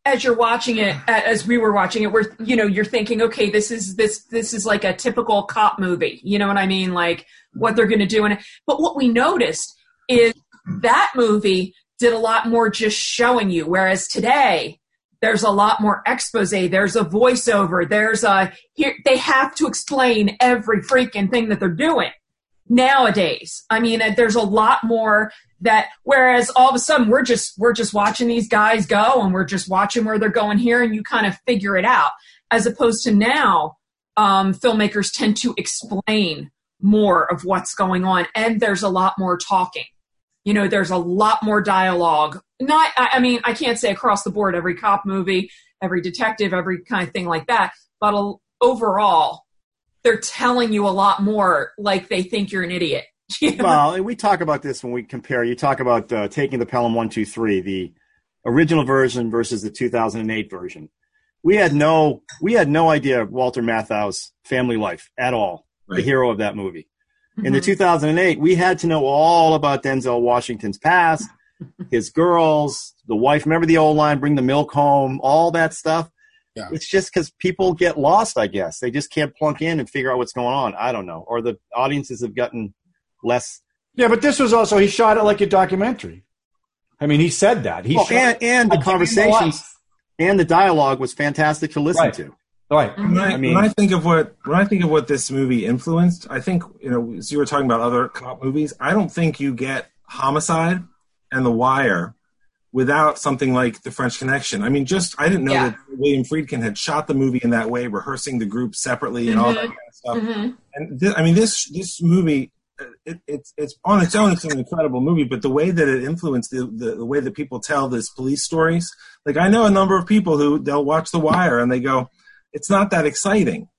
as you're watching it, a- as we were watching it, we're, you know, you're thinking, okay, this is this this is like a typical cop movie. You know what I mean? Like what they're going to do. And but what we noticed is that movie did a lot more just showing you, whereas today there's a lot more expose there's a voiceover there's a here they have to explain every freaking thing that they're doing nowadays i mean uh, there's a lot more that whereas all of a sudden we're just we're just watching these guys go and we're just watching where they're going here and you kind of figure it out as opposed to now um, filmmakers tend to explain more of what's going on and there's a lot more talking you know there's a lot more dialogue not i I mean i can't say across the board every cop movie every detective every kind of thing like that but a, overall they're telling you a lot more like they think you're an idiot You know?
well, and we talk about this when we compare. You talk about uh, taking the Pelham One Two Three, the original version versus the 2008 version. We had no, we had no idea of Walter Matthau's family life at all. The
Right.
hero of that movie. In
Mm-hmm.
the 2008, we had to know all about Denzel Washington's past, his girls, the wife. Remember the old line, "Bring the milk home," all that stuff.
Yeah.
It's just because people get lost, I guess. They just can't plunk in and figure out what's going on. I don't know, or the audiences have gotten less
Yeah, but this was also he shot it like a documentary. I mean, he said that. He
Well,
shot
and, and the
I give him the
conversations and the dialogue was fantastic to listen
Right.
to.
right.
When I,
I mean-
when I think of what when I think of what this movie influenced, I think you know, as you were talking about other cop movies, I don't think you get Homicide and The Wire without something like The French Connection. I mean, just I didn't know
Yeah.
that William Friedkin had shot the movie in that way, rehearsing the group separately and all that
Mm-hmm.
kind of stuff.
Mhm.
And thi- I mean, this this movie, uh, it, it's it's on its own, it's an incredible movie. But the way that it influenced the, the the way that people tell these police stories, like I know a number of people who they'll watch The Wire and they go, "It's not that exciting,"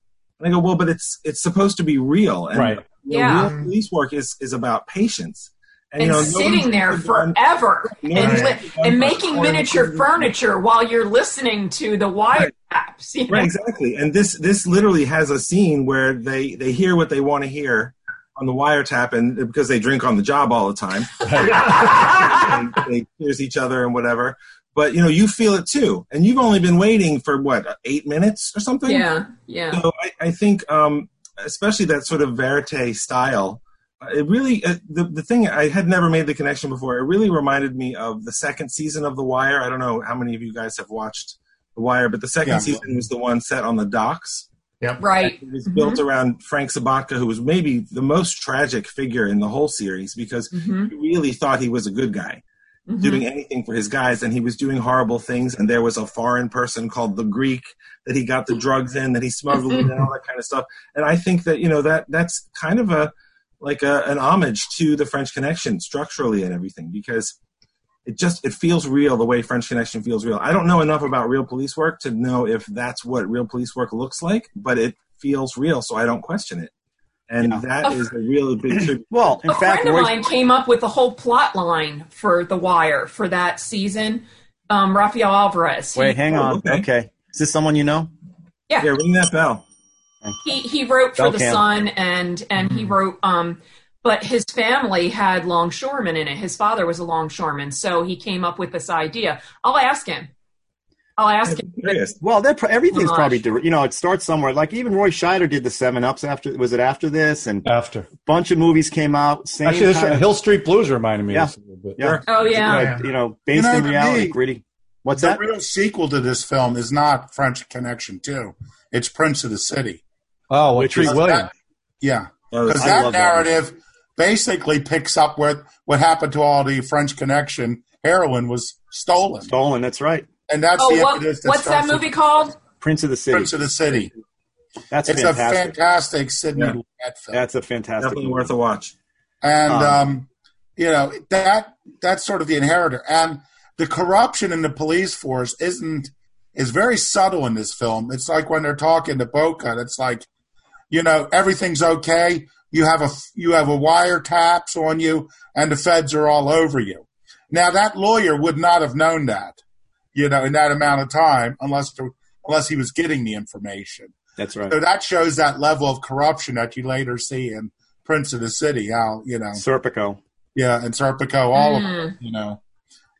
and I go, "Well, but it's it's supposed to be real." And
Right.
You know,
Yeah.
real police work is is about patience.
and
you know,
sitting
nobody's
there
ever done-
forever and,
Nobody's
li-
ever done
and
a
making
crime
miniature furniture while you're listening to the wiretaps. you know?
Right, exactly. And this this literally has a scene where they they hear what they want to hear on the wiretap, and because they drink on the job all the time, And they hears each other and whatever. But you know, you feel it too, and you've only been waiting for what eight minutes or something.
Yeah, yeah.
So I, I think, um, especially that sort of verite style, uh, it really uh, the the thing I had never made the connection before. It really reminded me of the second season of The Wire. I don't know how many of you guys have watched The Wire, but the second
Yeah.
season was the one set on the docks.
Yep.
Right.
It was built
Mhm.
around Frank Sabatka, who was maybe the most tragic figure in the whole series because
Mhm.
you really thought he was a good guy
Mhm.
doing anything for his guys, and he was doing horrible things. And there was a foreign person called the Greek that he got the drugs in, that he smuggled in, and all that kind of stuff. And I think that you know that that's kind of a like a, an homage to the French Connection structurally and everything because it just it feels real the way French Connection feels real. I don't know enough about real police work to know if that's what real police work looks like, but it feels real, so I don't question it. And that is a really big tribute.
well,
a friend of mine came up with a whole plot line for The Wire for that season. Um, Rafael Alvarez.
Wait, hang
Oh,
on. Okay. Is this someone you know?
Yeah. Yeah,
ring that bell.
he he wrote for
Bell
the
Camp.
Sun and and he wrote um but his family had longshoremen in it. His father was a longshoreman, so he came up with this idea. I'll ask him. I'll ask him.
Well, they're pro- everything's
Homage.
probably dir- you know it starts somewhere. Like even Roy Scheider did the Seven Ups after was it after this and
after a
bunch of movies came out. Same
Actually, this,
kind of-
Hill Street Blues reminded me.
Yeah.
Of this a little bit.
yeah.
Oh, yeah.
Like, you know, based
You know,
in
to
reality,
me-
gritty. What's
the
that?
real sequel to this film is not French Connection 2. It's Prince of the City.
Oh,
Which Treat is- Williams. Yeah.
Oh,
Because
I
that
love that one.
narrative basically picks up with what happened to all the French Connection. Heroin was stolen.
Stolen, that's right.
And that's
oh,
the
what,
impetus that
what's that
starts the
movie called?
Prince of the City.
Prince of the City.
That's
it's
fantastic.
a fantastic Sydney
Yeah.
Lumet film.
That's a fantastic.
Definitely
movie.
worth a watch.
and um,
Um,
you know that that's sort of the inheritor and the corruption in the police force isn't is very subtle in this film it's like when they're talking to boca it's like you know everything's okay you have a you have a wiretaps on you and the feds are all over you now that lawyer would not have known that you know in that amount of time unless the, unless he was getting the information
That's right.
so that shows that level of corruption that you later see in Prince of the City. How you know,
Serpico.
yeah, and Serpico, all of
Mm.
them, you know.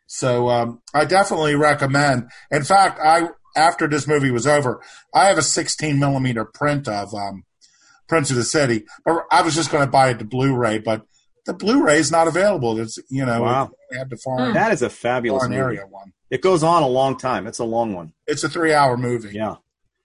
So um, I definitely recommend. In fact, I after this movie was over, I have a 16 millimeter print of um, Prince of the City. But I was just going to buy it the Blu-ray, but the Blu-ray is not available. It's you know,
Wow.
we had to
Hmm.
foreign
That is a fabulous
foreign
movie.
area one.
It goes on a long time. It's a long one.
It's a three-hour movie.
Yeah.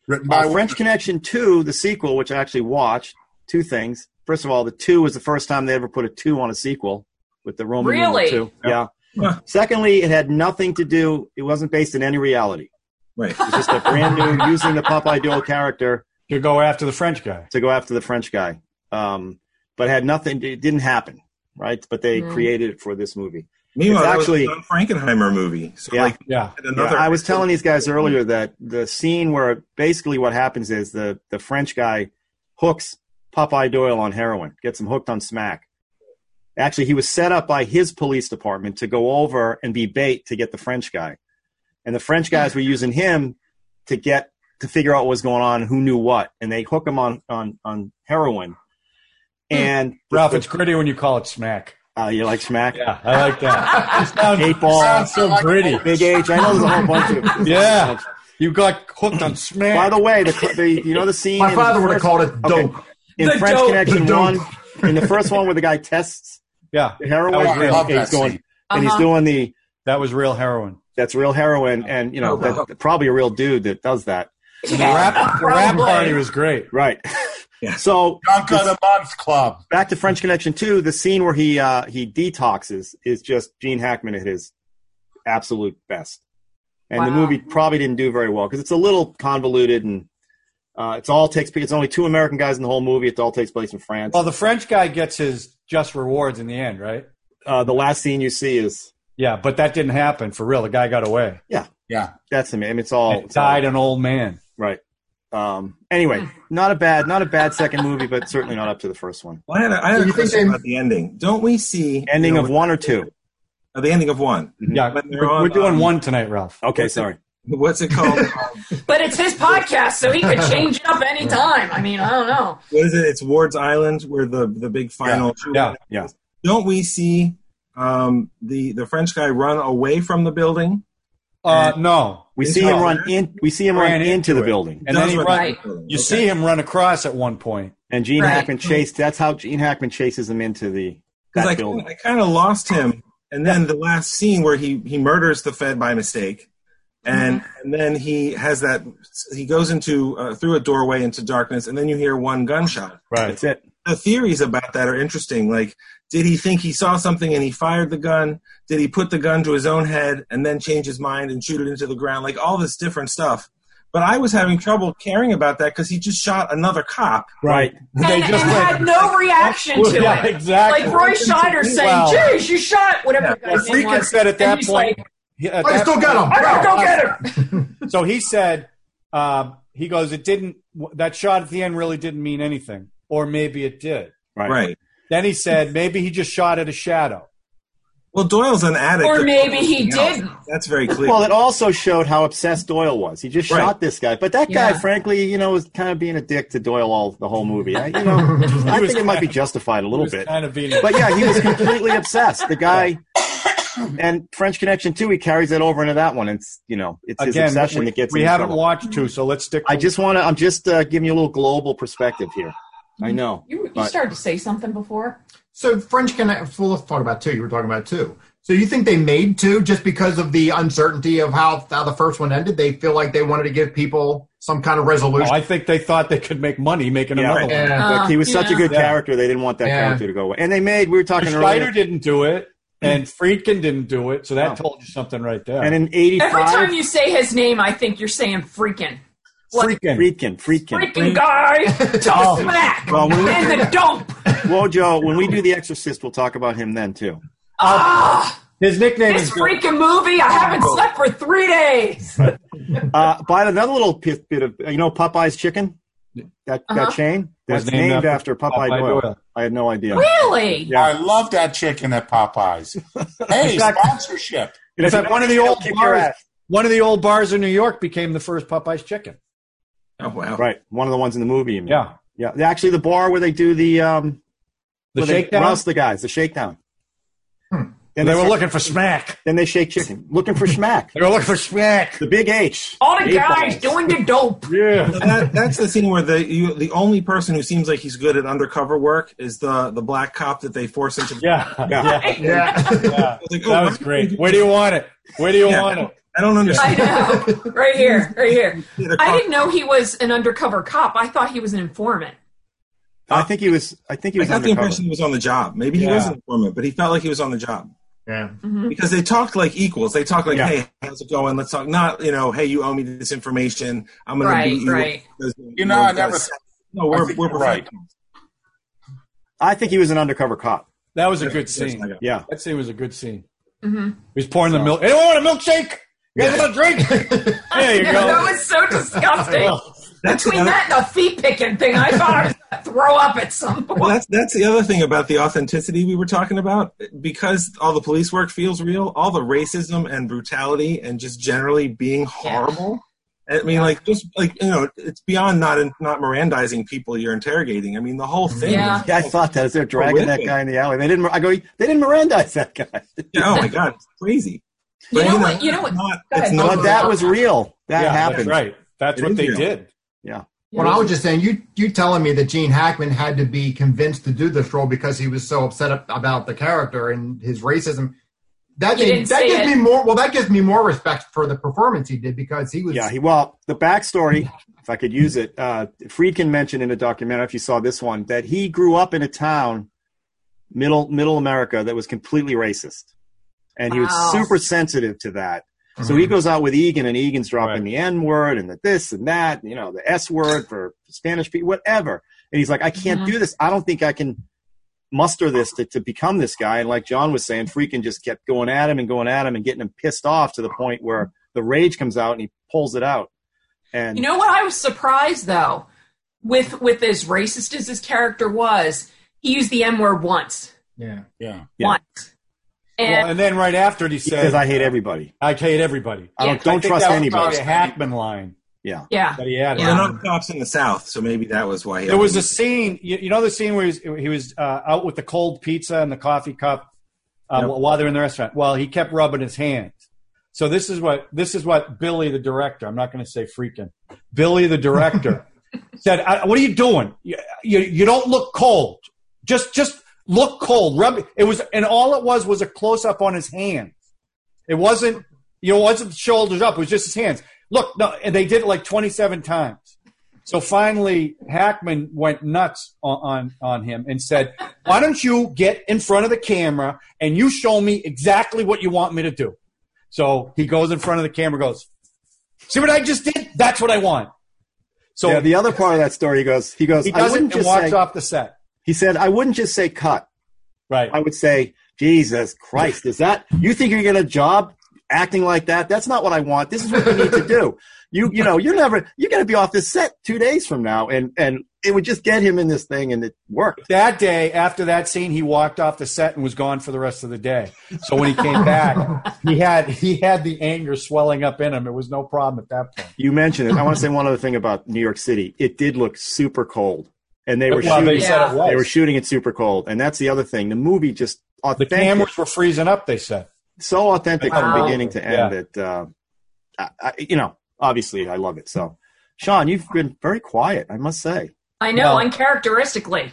written by
Uh, French Connection 2, the sequel, which I actually watched, two things. First of all, the 2 was the first time they ever put a 2 on a sequel with the Roman numeral
Really?
2. Yeah. Secondly, it had nothing to do, it wasn't based in any reality.
Right.
It's just a brand new, using the Popeye Duo character
To go after the French guy.
to go after the French guy. Um, but had nothing, it didn't happen, right? But they
Mm.
created it for this movie.
Meanwhile, uh,
It's
actually,
actually-
that was a John Frankenheimer movie. So
Yeah.
like,
Yeah.
another.
Yeah, I was telling these guys earlier that the scene where basically what happens is the the French guy hooks Popeye Doyle on heroin, gets him hooked on smack. Actually, he was set up by his police department to go over and be bait to get the French guy, and the French guys were using him to get to figure out what was going on, who knew what, and they hook him on on on heroin. And
Ralph, it's gritty when you call it smack.
uh, you like smack?
Yeah, I like that. It sounds,
Eight ball.
sounds so gritty.
Big H. I know there's a whole bunch of
Yeah. You got hooked on smack.
By the way, the, the you know the scene.
My
in
father
the
would have
first-
called it
Okay.
dope.
In
The
French
dope.
Connection
The dope.
one, in the first one where the guy tests
yeah,
the heroin,
That was
and
real.
Love
he's
that
going
scene.
and he's
Uh-huh.
doing the
that was real heroin.
that's real heroin, and you know
Oh.
that, probably a real dude that does that,
And the rap, the rap
Probably.
party was great.
right?
Yeah.
So
Junk of the Month Club.
back to French Connection two, the scene where he uh, he detoxes is just Gene Hackman at his absolute best, and the
Wow.
movie probably didn't do very well because it's a little convoluted and. Uh, it's all takes. It's only two American guys in the whole movie. It all takes place in France.
Well, the French guy gets his just rewards in the end, right?
uh, the last scene you see is
Yeah, but that didn't happen for real. The guy got away.
Yeah.
that's him. I mean, it's all
And
it's all-
died an old man.
right. Um, anyway, not a bad, not a bad second movie, but certainly not up to the first one.
Well, I had a, I had a question about the ending. Don't we see
ending of one or two? Mm-hmm.
Uh, the ending of one.
Yeah, we're, we're doing one tonight, Ralph.
Okay, sorry.
um, What's it called?
But it's his podcast, so he could change it up anytime. I mean, I don't know.
what is it? It's Ward's Island, where the the big final.
Yeah, yeah.
Don't we see um, the the French guy run away from the building?
Uh, no,
We see him run in. We see him run
Ran
into, the
it.
building,
and then he
Does
run,
run into
you
the building,
see him run across at one point.
and Gene
Right.
Hackman chased. That's how Gene Hackman chases him into the that
Because I,
building.
I kind of lost him, and then the last scene where he he murders the Fed by mistake, and
Mm-hmm.
and then he has that he goes into uh, through a doorway into darkness, and then you hear one gunshot.
Right.
That's it.
the theories about that are interesting. Like, did he think he saw something and he fired the gun? Did he put the gun to his own head and then change his mind and shoot it into the ground? Like all this different stuff. But I was having trouble caring about that because he just shot another cop.
Right.
And,
They just
and
went-
had no reaction to
Yeah,
it.
exactly.
Like Roy Scheider saying,
Wow.
"Geez, you shot whatever." the
Well,
guy's name
Freakin
was."
said at
And
that
he's
point.
like,
he- at
I
that
still got him.
"I gotta go get him."
So he said, um, he goes, it didn't, that shot at the end really didn't mean anything. Or maybe it did.
Right.
Right.
Then he said, maybe he just shot at a shadow.
Well, Doyle's an addict.
Or maybe he
Yeah.
didn't.
That's very clear.
Well, it also showed how obsessed Doyle was. He just
Right.
shot this guy, but that guy,
Yeah.
frankly, you know, was kind of being a dick to Doyle all the whole movie. I, you know, I think it might be justified a
He
little
was
bit.
Kind of being
but yeah, he was completely obsessed. The guy and French Connection too. He carries it over into that one. It's you know, it's his
again,
obsession
we,
that gets.
we
him in
haven't
trouble.
watched two, so let's stick.
I just want to. I'm just uh, giving you a little global perspective here. I
Mm-hmm.
know.
You, you
but-
started to say something before.
So French Connect. Well, let's talk about two. You were talking about two. So you think they made two just because of the uncertainty of how how the first one ended? They feel like they wanted to give people some kind of
Oh,
resolution.
I think they thought they could make money making
Yeah.
another one.
yeah.
But he was such a
Oh, Yeah.
good
Yeah.
character. They didn't want that
Yeah.
character to go away. And they made. We were talking
Schneider
earlier.
didn't do it, and Friedkin didn't do it, so that
No.
told you something right there.
Oh. And in
Every time
'85,
you say his name, I think you're saying freaking. Like,
Friedkin.
Friedkin, Friedkin,
freaking guy
Oh.
to smack
Well, we-
and the dump.
Wojo. When we do The Exorcist, we'll talk about him then too.
Ah,
His nickname
this
is
freaking movie. I haven't slept for three days.
Uh, but another little p- bit of you know Popeye's chicken. That
Uh-huh.
that chain that's
Was
named, after, Popeye, Doyle. I had no idea.
Really?
Yeah.
I love that chicken at Popeyes. Hey, sponsorship.
And
It's
if
like
you
one of the
don't
old
kick your
bars.
ass.
One of the old bars in New York became the first Popeye's chicken.
oh, wow.
Right, one of the ones in the movie. You mean.
Yeah,
yeah. They- Actually, the bar where they do the um,
the
where they
shakedown.
roust the guys, the shakedown.
And
And
they were looking for smack.
Then they shake chicken, looking for schmack.
They were looking for smack.
The big H.
All the
Eight balls.
guys doing the dope.
Yeah.
So that, that's the scene where the you, the only person who seems like he's good at undercover work is the the black cop that they force into.
Yeah. yeah.
yeah.
yeah.
It's like, oh,
That
why
was
did
great.
you-
Where do you want it? Where do you
Yeah.
want it?
I don't
I
understand.
know. Right here. Right here.
Either
I
cop-
didn't know he was an undercover cop. I thought he was an informant.
I think he was. I think he
I
was
got the
undercover.
impression he was on the job. Maybe he
Yeah.
was an informant, but he felt like he was on the job
yeah.
Mm-hmm.
because they talked like equals. They talked like,
Yeah.
"Hey, how's it going? Let's talk." Not, you know, "Hey, you owe me this information. I'm going
Right,
to beat you."
right.
because
You know, I
guys-
never-
No,
I
we're
think
we're
you're right.
professionals.
I think he was an undercover cop.
That was a good
Yes, I
scene.
got it.
Yeah.
That scene was a good scene.
hmm
He was pouring the milk. Anyone want a milkshake? You guys want a drink? there you
that
go.
was so disgusting.
That's
Between
another-
that and the feet picking thing, I thought I was going to throw up at some point.
Well, that's that's the other thing about the authenticity we were talking about. Because all the police work feels real, all the racism and brutality and just generally being horrible. I mean, like just like you know, it's beyond not not Mirandizing people you're interrogating. I mean, the whole thing.
Yeah.
is-
Yeah, I thought that as they're
Oh,
dragging that
Horrific.
guy in the alley. They didn't. I go. They didn't Mirandize that guy.
Yeah, oh my god, it's crazy.
You
But,
know what- you know what-
It's not,
Go ahead.
it's
No,
not
But that was real. That
yeah,
happened.
That's right. That's
It
what
is
they
real.
did.
Well, I was just saying, you you telling me that Gene Hackman had to be convinced to do this role because he was so upset ab- about the character and his racism. That,
You
made-
didn't
that
see
gives
it.
me more. Well, that gives me more respect for the performance he did because he was.
Yeah, he, well, the backstory, if I could use it, uh, Friedkin mentioned in a documentary, if you saw this one, that he grew up in a town, middle middle America, that was completely racist, and he
Wow.
was super sensitive to that. So he goes out with Egan, and Egan's dropping
Right.
the N word and the this and that, you know, the S word for Spanish people, whatever. And he's like, I can't do this. I don't think I can muster this to, to become this guy. And like John was saying, Freakin just kept going at him and going at him and getting him pissed off to the point where the rage comes out and he pulls it out. And
You know what? I was surprised though, with with as racist as his character was, he used the M word once,
Yeah.
Yeah.
once, and
Well, and then right after it, he said,
says I hate everybody.
I hate everybody.
I don't,
Yeah.
don't
think
trust
that was
anybody.
probably a Hackman line.
Yeah.
yeah,
That he had.
Well, they're not cops in the South, so maybe that was why. He
There was a scene, you, you know, the scene where he was, he was uh, out with the cold pizza and the coffee cup uh,
Yep.
while they're in the restaurant. Well, he kept rubbing his hands. So this is what this is what Billy the director. I'm not going to say freaking Billy the director said. I, what are you doing? You, you you don't look cold. Just just look cold. Rub it was, and all it was was a close up on his hands. It wasn't you know it wasn't shoulders up. It was just his hands. Look, no, and they did it like 27 times. So finally, Hackman went nuts on, on, on him and said, Why don't you get in front of the camera and you show me exactly what you want me to do? So he goes in front of the camera, goes, See what I just did? That's what I want. So
yeah, the other part of that story, he goes, he goes,
he
I
does
wouldn't
it and
just
walks
say,
off the set.
he said, I wouldn't just say cut.
Right.
I would say, Jesus Christ, is that you think you're gonna get a job acting like that? That's not what I want. This is what you need to do. You you know, you're never you're gonna be off this set two days from now and and it would just get him in this thing and it worked.
That day, after that scene, he walked off the set and was gone for the rest of the day. So when he came back, he had he had the anger swelling up in him. It was no problem at that point.
You mentioned it. I want to say one other thing about New York City. It did look super cold. And they were
Well,
shooting
they said it was.
they were shooting it super cold. And that's the other thing. The movie just
the
authentic
cameras were freezing up. They said.
so authentic from
Wow.
beginning to end that uh, I, I, you know obviously I love it. So, Sean, you've been very quiet, I must say.
I know
Well-
uncharacteristically.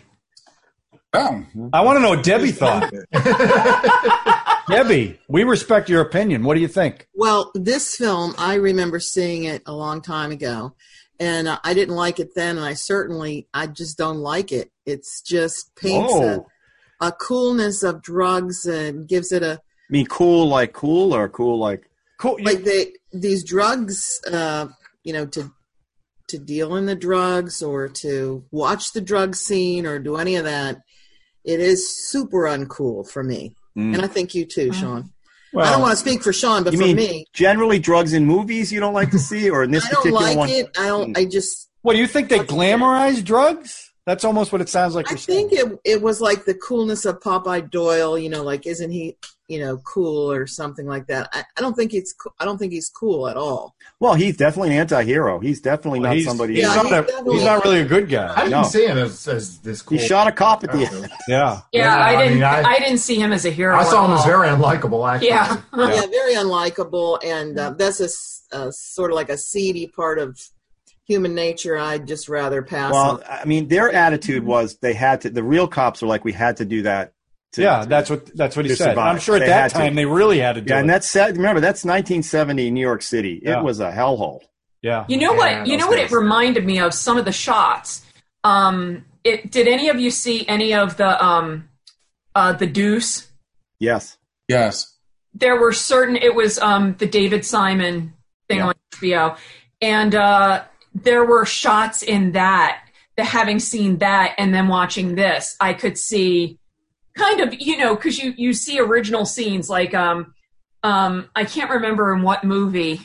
Oh,
I want to know what Debbie thought. Debbie, we respect your opinion. What do you think?
Well, this film, I remember seeing it a long time ago, and uh, I didn't like it then, and I certainly, I just don't like it. It's just paints
Oh,
a, a coolness of drugs and gives it a
I mean, cool like cool or cool like
Cool. you-
like they these drugs, uh, you know, to to deal in the drugs or to watch the drug scene or do any of that. It is super uncool for me,
Mm.
and I think you too, Sean. I don't
well,
want to speak for Sean, but
you
for
mean
me,
generally drugs in movies you don't like to see, or in this
I don't
particular
like
one? Hmm.
it. I don't. I just
what do you think? They glamorize drugs? That's almost what it sounds like.
I
you're saying.
think it it was like the coolness of Popeye Doyle, you know, like isn't he, you know, cool or something like that. I, I don't think it's co- I don't think he's cool at all.
Well, he's definitely an anti-hero. He's definitely
Well,
not
he's,
somebody.
He's,
Yeah,
not
he's
a-
definitely-
he's not really a good guy.
I didn't
uh, No.
see him as, as this
he
cool.
shot a cop at the end.
character.
Yeah.
Yeah,
Yeah,
I
I
didn't.
mean,
I,
I-
didn't see him as a hero.
I saw
at
him as
all.
very unlikable. Actually,
Yeah,
Yeah, very unlikable, and uh, that's a, s- a sort of like a seedy part of human nature. I'd just rather pass.
Well,
on.
I mean, their attitude was they had to. The real cops were like, we had to do that. To,
yeah, that's what that's what he
to
said. And I'm
survive.
sure at
They
that
had to.
time they really had to do
yeah, and
it.
that's sad. Remember, that's 1970 New York City. It
Yeah.
was a hellhole.
yeah.
you know
Yeah,
what? You
those
know what? It
days.
reminded me of some of the shots. Um, it did any of you see any of the um, uh, the Deuce?
Yes.
yes.
there were certain it was um the david simon thing
Yeah.
on hbo and uh there were shots in that that having seen that and then watching this i could see kind of you know because you you see original scenes like um um i can't remember in what movie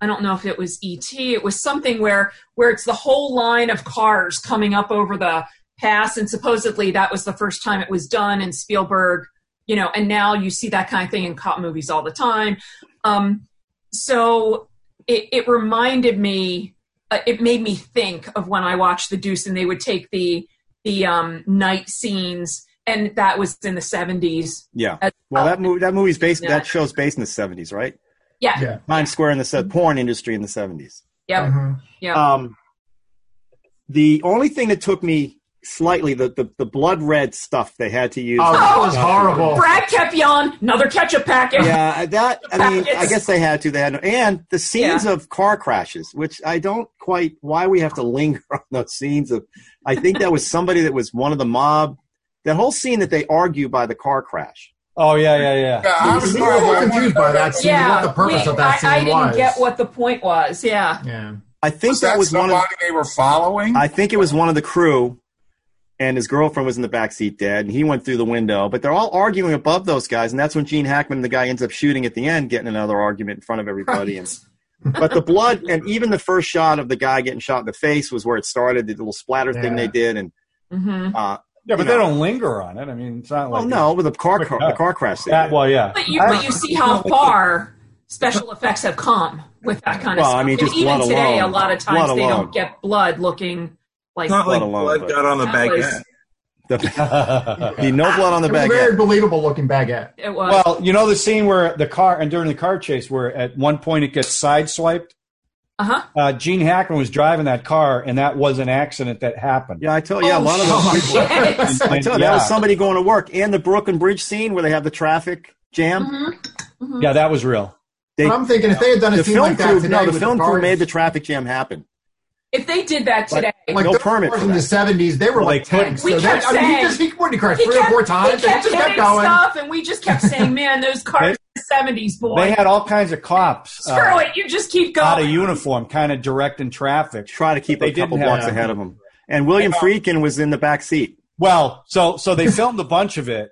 i don't know if it was et it was something where where it's the whole line of cars coming up over the pass and supposedly that was the first time it was done and spielberg you know and now you see that kind of thing in cop movies all the time um, so it, it reminded me uh, it made me think of when i watched the deuce and they would take the the um, night scenes and that was in the 70s
Yeah.
As-
Well, that movie that movie's based
Yeah.
that show's based in the 70s, right?
yeah
Yeah.
Times Square in the se- porn industry in the 70s.
yeah
Mhm.
yeah
Um, the only thing that took me slightly the, the the blood red stuff they had to use.
Oh, that was horrible.
brad kept yelling another ketchup packet
Yeah, that I mean, I guess they had to. They had no, and the scenes
Yeah.
of car crashes, which I don't quite why we have to linger on those scenes of. I think that was somebody that was one of the mob. That whole scene that they argue by the car crash.
Oh yeah, yeah, yeah.
Yeah, I was
We were a little
I
confused by that scene.
yeah
What the purpose
we-
of that scene
I, I didn't
was?
get what the point was yeah
Yeah.
I think
Was
that,
that
was one
somebody
of
they were following?
I think it was one of the crew, and his girlfriend was in the back seat dead, and he went through the window. But they're all arguing above those guys, and that's when Gene Hackman, the guy, ends up shooting at the end, getting another argument in front of everybody. And but the blood and even the first shot of the guy getting shot in the face was where it started. The little splatter thing they did, and
Mm-hmm.
Yeah,
uh,
but
you know.
they don't linger on it. I mean, it's not like.
Oh no, with a car, car the car crash. That,
well, yeah.
But you, but you see how far special effects have come with that kind of
Well, I
stuff.
mean,
and
just
even
blood
today,
alone.
a lot of times
Blood
they
alone.
don't get blood looking like
It's not like
Blood alone,
blood
but-
got on the
That was-
baguette.
The no blood on the
It was a
back.
very believable looking baguette.
it was.
Well, you know the scene where the car and during the car chase, where at one point it gets sideswiped.
uh-huh.
Uh, Gene Hackman was driving that car, and that was an accident that happened.
Yeah, I tell
Oh,
you, Oh, yeah, a lot of those people.
shit.
I tell you,
Yeah.
that was somebody going to work. And the Brooklyn Bridge scene where they have the traffic jam.
Yeah, that was real.
They,
But I'm thinking if they had done a
the
scene
film
like that
crew,
today,
no, the
with
film crew
guards-
made the traffic jam happen.
If they did that today,
like
no
those
permit
cars
for
in the
that.
seventies, they were
Well,
like
they couldn't.
tanks.
We
so that,
kept
I mean, he
saying-
just he wouldn't crash
he
three or
kept-
four
he
times, and it
kept
just kept
hitting
going.
stuff, and we just kept saying, "Man, those cars in the '70s, boy."
They had all kinds of cops
Screw
uh,
it, you just keep
out of
going.
uniform, kind of directing traffic.
Try to keep
They
a couple
didn't have-
blocks ahead of them. And William Friedkin was in the back seat.
Well, so so they filmed a bunch of it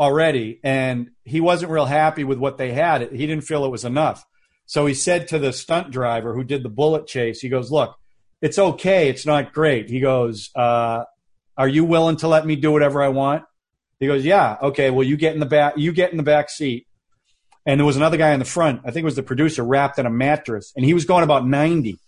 already, and he wasn't real happy with what they had. He didn't feel it was enough. So he said to the stunt driver who did the bullet chase, he goes, "Look, it's okay. It's not great." He goes, uh, "Are you willing to let me do whatever I want?" He goes, "Yeah, okay. Well, you get in the back. You get in the back seat." And there was another guy in the front. I think it was the producer wrapped in a mattress, and he was going about ninety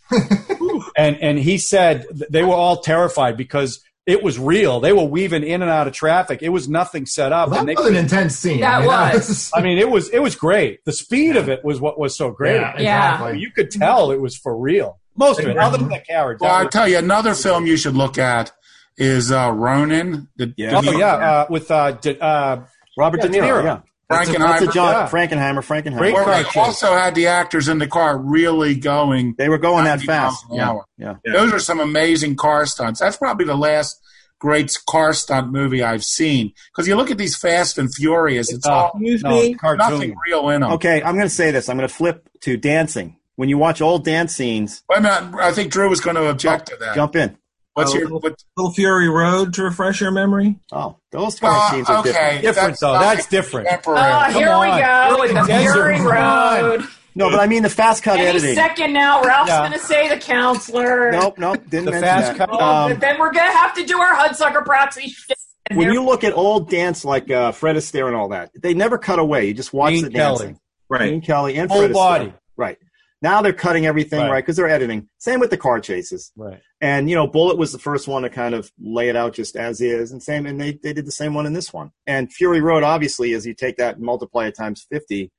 and and he said th- they were all terrified because it was real. They were weaving in and out of traffic. It was nothing set up.
Well,
and they,
that was an intense scene.
That
I mean,
was.
I mean, it was it was great. The speed of it was what was so great.
yeah,
Yeah.
exactly.
You could tell it was for real. Most of it, other than the carriage.
Well,
that
I'll
was-
tell you, another film you should look at is uh, Ronin. The,
Yeah.
oh yeah, uh, with uh, De, uh,
Robert
Yeah,
De Niro.
De Niro.
Yeah. That's a, that's a
Frankenheimer.
John
Yeah.
Frankenheimer.
Great
Frankenheimer.
Where
car
they
chase.
also had the actors in the car really going.
They were going that
90
fast.
miles an
Yeah.
hour.
Yeah.
Yeah.
Those are some amazing car stunts. That's probably the last great car stunt movie I've seen. Because you look at these Fast and Furious, it's
Uh,
all
Excuse
no,
me?
cartoon.
nothing real in them.
Okay, I'm going to say this. I'm going to flip to dancing. When you watch old dance scenes,
Wait a minute, uh, I think Drew was going to object to that.
jump in.
What's
Uh,
your what,
Little Fury Road to refresh your memory.
Oh, those kind of
well,
scenes are
Uh, okay,
different.
Different, though.
not
That's different.
contemporary.
Oh, here
Come
we
on.
go with the
Desert.
Fury
Come on.
Road.
No, but I mean the fast cut
Any
editing.
second now, Ralph's
Yeah.
going to say the counselor.
Nope, nope. Didn't
The
mention
fast
that.
cut-
Oh,
Um,
but then we're going to have to do our Hudsucker Proxy shit. And
when
there-
you look at old dance like uh, Fred Astaire and all that, they never cut away. You just watch
Gene
the
Kelly.
dancing. Gene
Right.
Kelly and
Full
Fred Astaire.
body.
Right. Now they're cutting everything
Right.
right because they're editing. Same with the car chases.
Right.
And you know, Bullet was the first one to kind of lay it out just as is, and same, and they, they did the same one in this one. And Fury Road, obviously, is you take that and multiply it times fifty,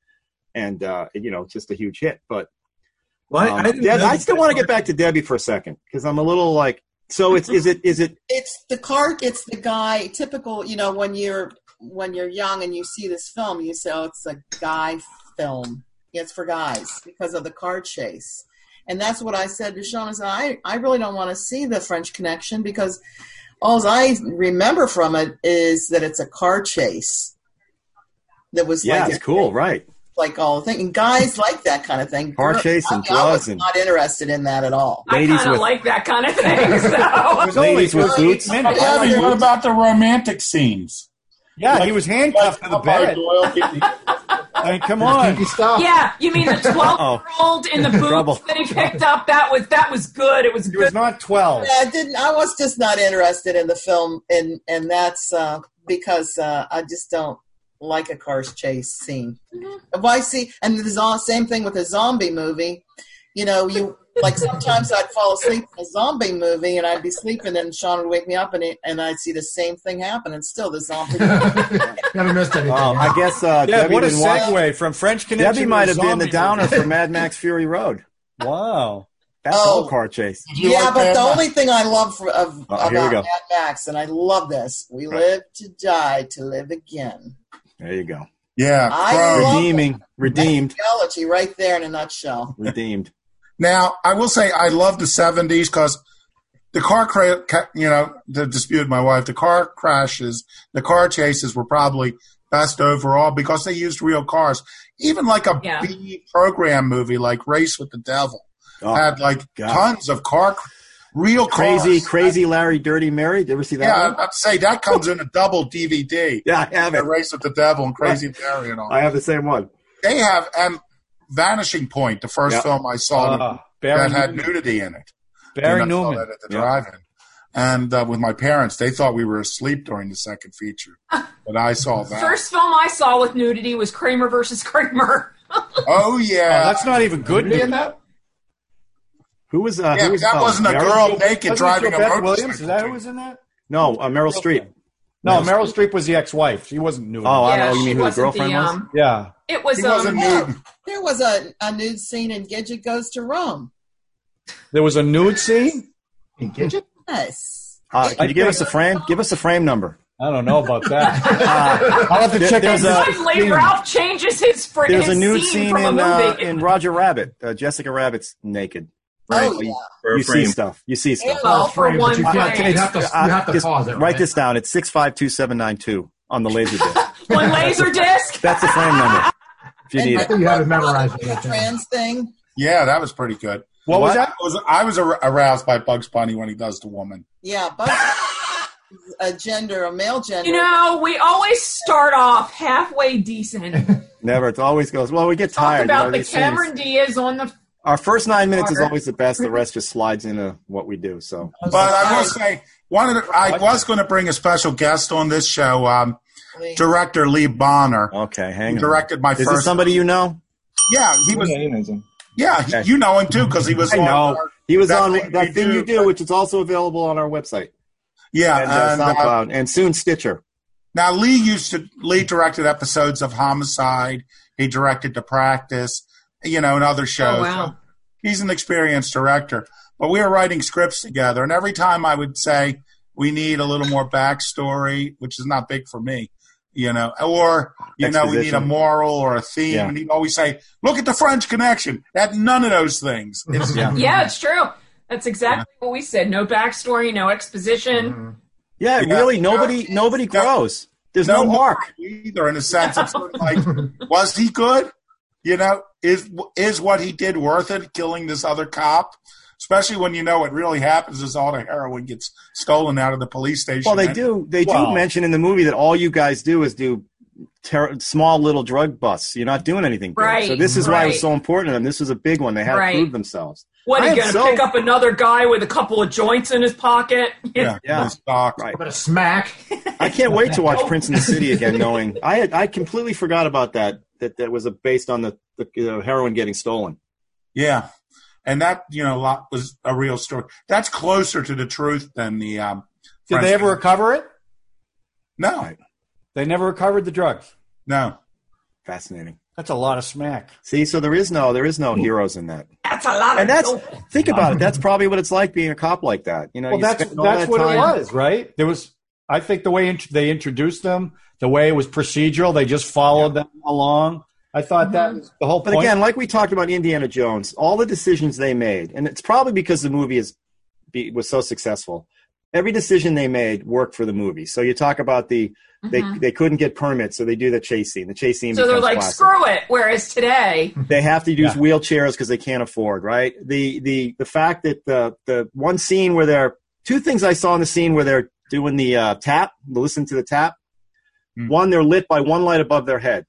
and uh, you know, just a huge hit. But
Well, I,
um,
I didn't
Deb-
know
I still want to get back to Debbie for a second because I'm a little like, so it's is it is it
it's the car it's the guy typical you know when you're when you're young and you see this film you say oh it's a guy film it's for guys because of the car chase and that's what i said to sean i said i, I really don't want to see the french connection because all i remember from it is that it's a car chase that was
yeah,
like
it's cool, right?
like all the thing and guys like that kind of thing
Car chase and
I, I was
drugs and-
not interested in that at all
I
ladies
kind of
with-
like that kind of thing. So.
Ladies with boots.
minutes.
Yeah, but what about the romantic scenes?
Yeah, he was handcuffed to the bed. I mean, come on.
Kinky stuff.
Yeah, you mean the twelve-year-old in the
Trouble.
boots that he picked up? That was that was good. It was
He was
good.
not twelve.
Yeah, I didn't. I was just not interested in the film, and and that's uh, because uh, I just don't like a car chase scene.
Mm-hmm.
Why see? And the zo- same thing with a zombie movie. You know, you like sometimes I'd fall asleep in a zombie movie, and I'd be sleeping, and Sean would wake me up, and he, and I'd see the same thing happen, and still the zombie.
Never missed anything.
Um, I guess uh,
Yeah,
Debbie
what a
didn't watch-
segue from French Connection.
Debbie
to
might
a
have been the
zombie
downer
movie.
for Mad Max Fury Road.
Wow.
That's
Oh.
all car chase.
you
yeah,
like
but
Mad
the
Max?
only thing I love for, of,
Oh, here we
about
go.
Mad Max, and I love this: we
Right.
live to die to live again.
There you go.
Yeah,
I
Crow.
love-
Redeeming, redeemed,
Theology, right there in a nutshell.
redeemed.
Now, I will say I love the 70s because the car cra- ca- you know, to dispute my wife, the car crashes, the car chases were probably best overall because they used real cars. Even like a
Yeah.
B program movie like Race with the Devil
Oh,
had like
God.
tons of car, cr- real
Crazy,
cars.
crazy Larry, Dirty Mary. Did you ever see that?
Yeah, uh, I-
one?
I'd say that comes in a double DVD.
yeah, I have
The
it.
Race with the Devil and Crazy Larry and all.
I have the same one.
they have and Vanishing Point, the first
Yeah.
film I
Uh,
saw
Ah,
that,
Barry
that had
Newman.
nudity in it.
Barry
And I saw
Newman.
that at the
Yeah.
drive-in, and uh, with my parents, they thought we were asleep during the second feature, but I saw that.
First film I saw with nudity was Kramer versus Kramer.
oh yeah,
that's not even good in that.
Who was uh,
Yeah,
who was,
that
uh,
wasn't a
Meryl?
girl naked
Wasn't it
driving a
Jobette
motorcycle.
Williams? Is that who was in that?
No, uh, Meryl Streep.
No, Meryl Streep was the ex-wife. She wasn't nude.
Oh, I don't
Yeah,
know. You
she
mean who the
wasn't the,
girlfriend was?
um,
Yeah.
It was
He wasn't
um,
nude.
There was a, a nude scene in Gidget Goes to Rome.
There was a nude scene.
Gidget?
Yes.
Uh,
I
can you give
think-
us a frame? Give us a frame number.
I don't know about that. I'll have to
There-
check
there's
out
a-
this
Suddenly,
scene.
Ralph changes his fr-
There's
his
a nude
scene,
scene
from
in
a
uh,
movie.
in Roger Rabbit. Uh, Jessica Rabbit's naked.
Right. Oh,
You-
yeah.
For a
You
frame.
see stuff. You see stuff.
Well, for
frame,
one
but you can't.
frame.
You have to. You
Uh,
have to
just
pause it.
Write this down. It's six five two seven nine two on the laser disc.
One laser disc.
That's the frame number. If you
And
need
I
it.
think you have it memorized.
The trans thing.
Yeah, that was pretty good.
What was
What?
that?
I was, I was ar- aroused by Bugs Bunny when he does the woman.
Yeah, but a gender, a male gender.
You know, we always start off halfway decent. Talk
Never. It always goes. Well, we get tired. you know,
about the
these scenes.
Cameron Diaz on the.
Our first nine minutes is
Water.
always the best. The rest just slides into what we do. So
But I will say, one of the, I was going to bring a special guest on this show, um, director Lee Bonner.
okay, hang
He
on.
directed my
Is this
first.
somebody you know?
Yeah, he was.
Paganism.
Yeah, he-
Okay.
you know him too because he was.
I
on
know.
our-
He was
That
on
Thing
that
You
thing
Do.
you do, which is also available on our website
yeah,
and, uh,
and, uh,
SoundCloud, and soon Stitcher.
now Lee used to. Lee directed episodes of Homicide. He directed The Practice, you know, and other shows.
Oh wow!
he's an experienced director. But we were writing scripts together, and every time I would say we need a little more backstory, which is not big for me, you know, or you know we need a
Exposition.
moral or a theme,
Yeah.
and he'd always say, "Look at the French Connection." That none of those things. It's-
Yeah.
Yeah, it's true. That's exactly what we said. No backstory, no exposition.
Yeah,
Yeah.
really. Nobody, nobody grows. There's no, arc.
either in a sense. It's sort of like, was he good? You know, is is what he did worth it? Killing this other cop, especially when you know what really happens is all the heroin gets stolen out of the police station.
Well, they
And-
do. They
Wow.
do mention in the movie that all you guys do is do ter- small little drug busts. You're not doing anything big.
Right,
So this is why it was
right.
so important to them. This was a big one. They had
Right.
to prove themselves.
What
I
are
am
you gonna
so-
pick up another guy with a couple of joints in his pocket?
Yeah,
Yeah.
those docs.
Right.
But a smack.
I can't wait to watch Prince in the City again. Knowing I had, I completely forgot about that. That that was a, based on the, the uh, heroin getting stolen.
Yeah, and that you know lot was a real story. That's closer to the truth than the. Um,
Did
French-
they ever recover it?
No,
They never recovered the drugs.
no.
Fascinating.
That's a lot of smack.
See, so there is no there is no heroes in that.
That's a lot.
And
of
that's think about it. That's probably what it's like being a cop like that. You know,
Well,
you
that's
spend all
that's
that
what it
time-
was, right? There was, I think, the way int- they introduced them, the way it was procedural, they just followed them along. I thought
Mm-hmm.
that was the whole
But
point.
again, like we talked about Indiana Jones, all the decisions they made, and it's probably because the movie is be, was so successful. Every decision they made worked for the movie. So you talk about the they they couldn't get permits, so they do the chase scene. The chase scene.
Mm-hmm. So they're
becomes
like,
classic.
screw it. Whereas today,
They have to use
Yeah.
wheelchairs because they can't afford. Right. The the the fact that the the one scene where they're two things I saw in the scene where they're doing the uh, tap, listen to the tap.
Hmm.
One, they're lit by one light above their head,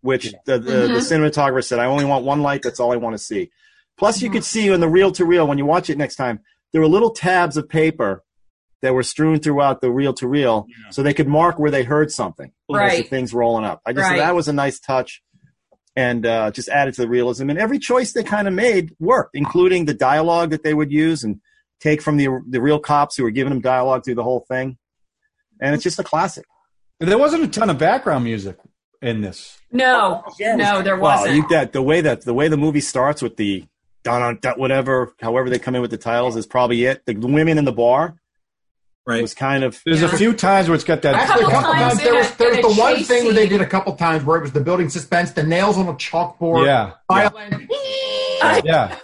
which the, the, the cinematographer said, "I only want one light. That's all I want to see." Plus, you could see in the reel to reel when you watch it next time, there were little tabs of paper that were strewn throughout the reel to reel, so they could mark where they heard something as the
Right.
things rolling up. I just
Right.
that was a nice touch. And uh, just added to the realism, and every choice they kind of made worked, including the dialogue that they would use and take from the the real cops who were giving them dialogue through the whole thing, and it's just a classic.
there wasn't a ton of background music in this.
no,
Oh,
no, there
Wow,
wasn't.
you, that the way that the way the movie starts with the dun dun dun whatever, however they come in with the titles is probably it. The women in the bar
Right.
was kind of
There's
Yeah.
a few times where it's got that.
Actually, a couple
times
times there
in
was
a-
there
in
was
a
the one
chase
thing where they
scene.
did a couple times where it was the building suspense, the nails on a chalkboard,
Yeah.
violin.
yeah,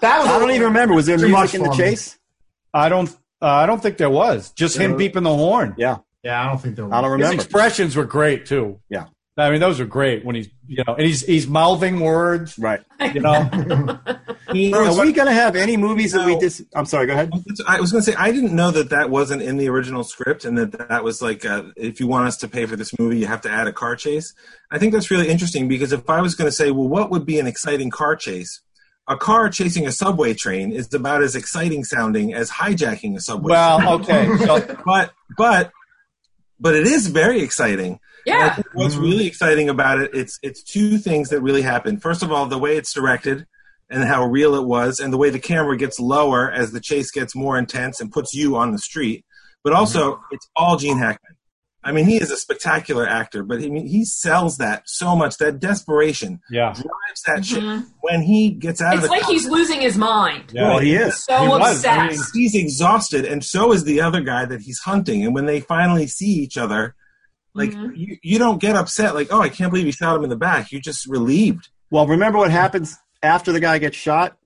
That was.
I don't even remember. Was there
Too
music
much
in the
for me.
chase?
I don't. Uh, I don't think there was just him beeping the horn.
Yeah,
Yeah, I don't think there was.
I don't
His
remember.
expressions were great too.
Yeah.
I mean, those are great when he's you know, and he's he's mouthing words,
right?
You know,
are we going to have any movies that we dis? I'm sorry. Go ahead.
I was going to say I didn't know that that wasn't in the original script, and that that was like uh, if you want us to pay for this movie, you have to add a car chase. I think that's really interesting because if I was going to say, well, what would be an exciting car chase? A car chasing a subway train is about as exciting sounding as hijacking a subway.
Well,
train.
okay, so-
but but but it is very exciting.
Yeah.
And I think What's really exciting about it, it's it's two things that really happen. First of all, the way it's directed and how real it was, and the way the camera gets lower as the chase gets more intense and puts you on the street. But also, it's all Gene Hackman. I mean, he is a spectacular actor, but I mean, he sells that so much. That desperation
yeah.
drives that
Mhm.
shit. When he gets out
It's
of the
like
car-
he's losing his mind.
well, he is.
So He was. obsessed.
I mean, he's exhausted, and so is the other guy that he's hunting. And when they finally see each other, like
Mm-hmm.
you, you don't get upset, like, oh, I can't believe he shot him in the back. You're just relieved.
Well, remember what happens after the guy gets shot?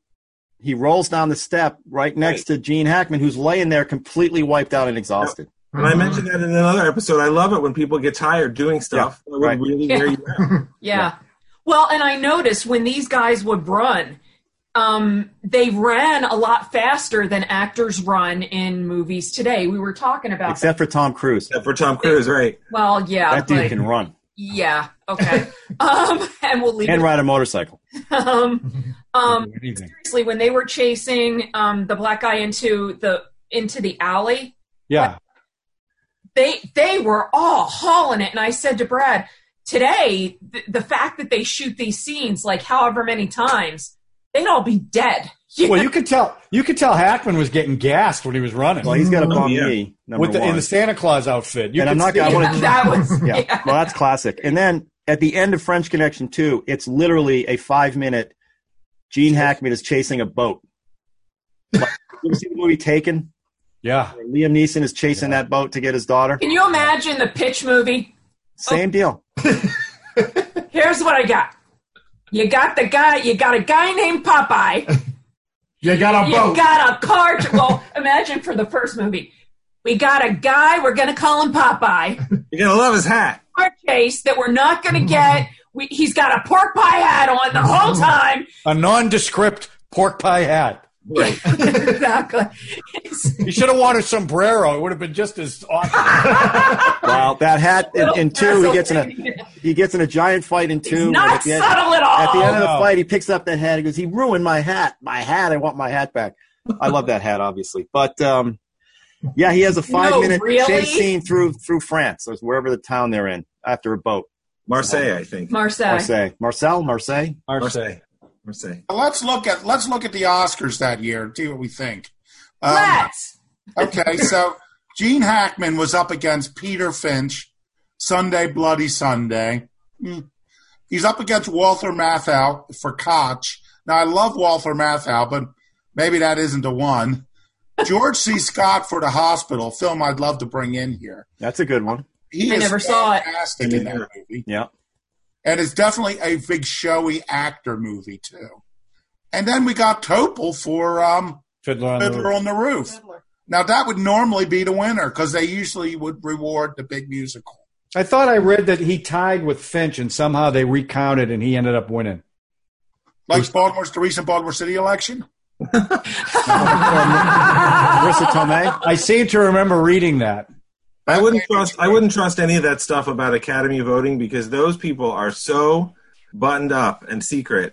He rolls down the step right next to Gene Hackman, who's laying there completely wiped out and exhausted.
And I mentioned that in another episode. I love it when people get tired doing stuff. It would really
Yeah.
wear you out.
Yeah. Well, and I noticed when these guys would run, um, they ran a lot faster than actors run in movies today. We were talking about
Except for Tom Cruise. Except
for Tom Cruise, right?
that. Well, yeah.
That dude
but-
can run
Yeah. Okay. um, and we'll leave
and
it.
ride a motorcycle.
Um, um, seriously, when they were chasing um, the black guy into the into the alley,
Yeah.
they they were all hauling it and i said to brad today the, the fact that they shoot these scenes like however many times they'd all be dead
Well, you could tell you could tell Hackman was getting gassed when he was running.
Well, he's got a bum knee, number
with the, in
one.
the Santa Claus outfit. You
and I'm
could
not
see
going
it.
to. yeah. Well, that's classic. And then at the end of French Connection 2, it's literally a five minute Gene Hackman is chasing a boat. Like, you ever see the movie Taken?
Yeah.
Liam Neeson is chasing that boat to get his daughter.
can you imagine the pitch movie Oh.
Same deal.
here's what i got you got the guy you got a guy named popeye
You got a
you
boat.
got a car well imagine for the first movie we got a guy we're gonna call him popeye
You're gonna love his hat.
car chase that we're not gonna get we, he's got a pork pie hat on the whole
Mm-hmm.
time
a nondescript pork pie hat.
exactly.
He should have worn a sombrero. It would have been just as awesome.
Wow, that hat in, in two, he gets in a he gets in a giant fight in two. and
not
at the end-
subtle at all.
At the end of the
No.
fight, he picks up that hat. He goes, "He ruined my hat. My hat. I want my hat back." I love that hat, obviously, but um, yeah, he has a five minute
really?
chase scene through through France, or wherever the town they're in, after a boat.
Marseille, I think.
Marseille.
Marseille, Marcel, Marseille,
Marseille,
Marseille.
Well, Let's look at let's look at the Oscars that year and see what we think. Um,
Let's.
Okay, so Gene Hackman was up against Peter Finch, Sunday Bloody Sunday. Mm. He's up against Walter Matthau for Koch. Now I love Walter Matthau, but maybe that isn't the one. George C. Scott for the Hospital film. I'd love to bring in here.
That's a good one.
He
I
is
never saw it.
fantastic in that movie.
Yeah.
And it's definitely a big showy actor movie too. And then we got Topol for um,
Fiddler on the
Fiddler
Roof.
on the Roof. Now that would normally be the winner because they usually would reward the big musical.
I thought I read that he tied with Finch, and somehow they recounted, and he ended up winning.
Like Baltimore's the recent Baltimore City election.
Marissa Tomei.
I seem to remember reading that.
I wouldn't trust. I wouldn't trust any of that stuff about Academy voting because those people are so buttoned up and secret.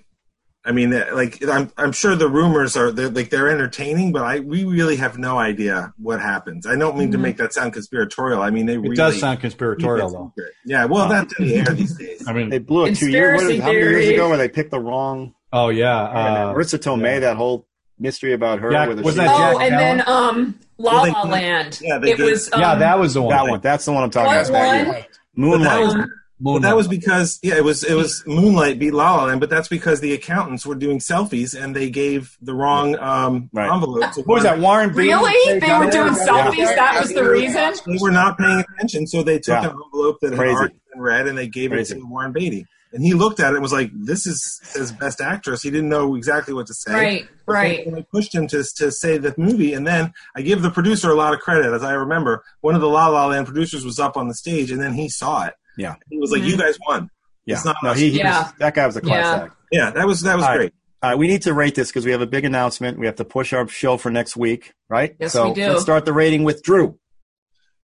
I mean, that- like I'm, I'm sure the rumors are they're, like they're entertaining, but I we really have no idea what happens. I don't mean to
Mhm.
make that sound conspiratorial. I mean they
It
really
does sound conspiratorial, though. Mm-hmm.
Yeah, well, that's in the air these days.
I mean,
They blew it two years. What is, how many years
Conspiracy
ago
theory.
where they picked the wrong?
Oh yeah, uh,
Marissa Tomei. That whole mystery about her.
Jack-
with
was that
Oh, and then um, La
Well, they-
La Land.
yeah, they
it
did.
was. Um,
yeah, that was the one.
That one. That's the one I'm talking
What
about.
one?
Yeah. Moonlight.
But that was, but that was because yeah, it was it was Moonlight beat La La Land, but that's because the accountants were doing selfies and they gave the wrong um, envelope. To
What was that, Warren Beatty?
Really? They were doing
Yeah.
selfies? That was the reason?
They were not paying attention, so they took
Yeah.
an envelope that had
Crazy.
already been read and they gave
Crazy.
it to Warren Beatty. And he looked at it and was like, "This is says Best Actress." He didn't know exactly what to say.
Right,
But they-
right.
And they pushed him to to say the movie. And then I give the producer a lot of credit, as I remember, one of the La La Land producers was up on the stage, and then he saw it.
Yeah.
It was like
Mm-hmm.
you guys won.
Yeah.
It's not
no,
us.
he, he was, that guy was a class
Yeah.
act.
Yeah, that was that was
All right.
great.
All right, we need to rate this because we have a big announcement. We have to push our show for next week, right?
Yes,
so
we do.
Let's start the rating with Drew.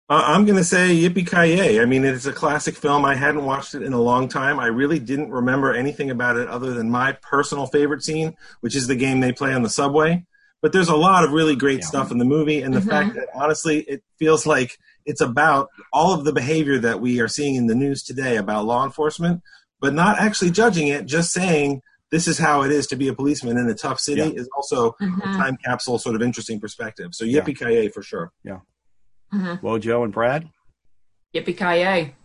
Uh, I'm going to say Yippee Ki Yay. I mean, it's a classic film. I hadn't watched it in a long time. I really didn't remember anything about it other than my personal favorite scene, which is the game they play on the subway. But there's a lot of really great stuff in the movie, and the
Mhm.
fact that honestly, it feels like it's about all of the behavior that we are seeing in the news today about law enforcement, but not actually judging it, just saying this is how it is to be a policeman in a tough city is also a
Mhm.
time capsule sort of interesting perspective. So Yippee Ki Yay for sure.
Yeah.
Mhm.
Wojo and Brad.
Yippee ki yay!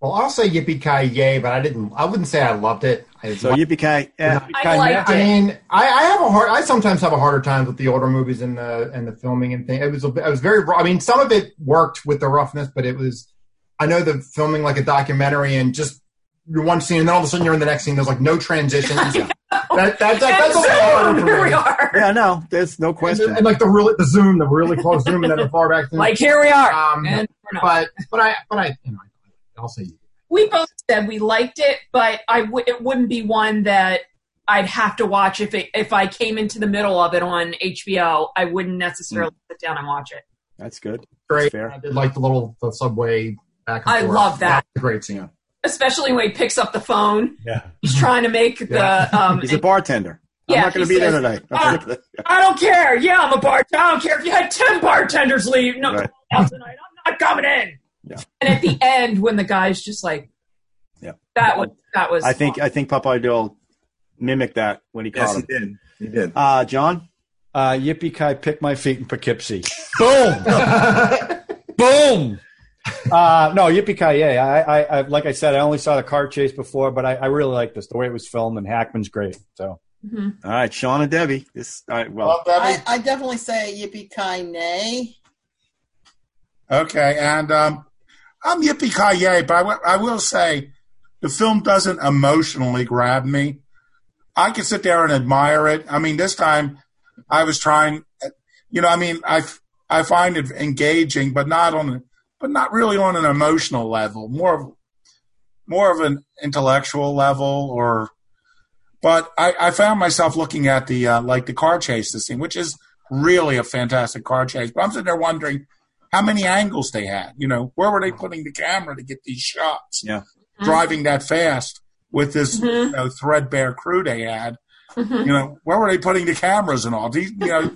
Well, I'll say yippee ki yay, but I didn't. I wouldn't say I loved it. I
So yippee ki.
I liked
I
it.
mean, I, I have a hard. I sometimes have a harder time with the older movies and the and the filming and thing. It was. a bit- It was very. raw. I mean, some of it worked with the roughness, but it was. I know the filming like a documentary and just you're one scene and then all of a sudden you're in the next scene. There's like no transitions. That, that, that, that's a
And
little harder
zoom,
for me.
here we are. Yeah, no, there's no question.
And, like the really the zoom, the really close zoom, and then the far back. Zoom.
Like, here we are.
Um,
And
but but I but I you know, I'll say
We both said we liked it, but I w- it wouldn't be one that I'd have to watch if it if I came into the middle of it on HBO. I wouldn't necessarily
Mm.
sit down and watch it.
That's good.
great. I did like the little the subway back. And
I
forth.
love that.
That's a great scene.
Especially when he picks up the phone.
Yeah.
Mm-hmm.
He's trying to make the um,
He's a bartender.
Yeah,
I'm not going to
he
be there
says,
tonight.
"Ah, I don't care. Yeah, I'm a bartender. I don't care if you had ten bartenders leave. No,
Right.
out tonight. I'm not coming in.
Yeah.
And at the end, when the guy's just like,
Yeah.
that was that was.
I think I think Popeye Doll mimicked that when he
Yes,
called
he him. did. He did.
Uh, John.
Uh, yippee ki! Pick my feet in Poughkeepsie. Boom. Boom. Uh, no, yippee ki yay! I, I, I, like I said, I only saw the car chase before, but I, I really like this. The way it was filmed and Hackman's great. So,
Mm-hmm.
all right, Sean and Debbie. This, all right, well,
I, I definitely say yippee ki nay.
Okay, and um, I'm yippee ki yay, but I wi- I will say the film doesn't emotionally grab me. I can sit there and admire it. I mean, this time I was trying, you know, I mean, I, f- I find it engaging, but not on, but not really on an emotional level. More of, more of an intellectual level, or, but I, I found myself looking at the uh, like the car chase this scene, which is really a fantastic car chase. But I'm sitting there wondering how many angles they had. You know, where were they putting the camera to get these shots?
Yeah.
driving that fast with this you know, threadbare crew they had. You know, where were they putting the cameras and all? These, you know,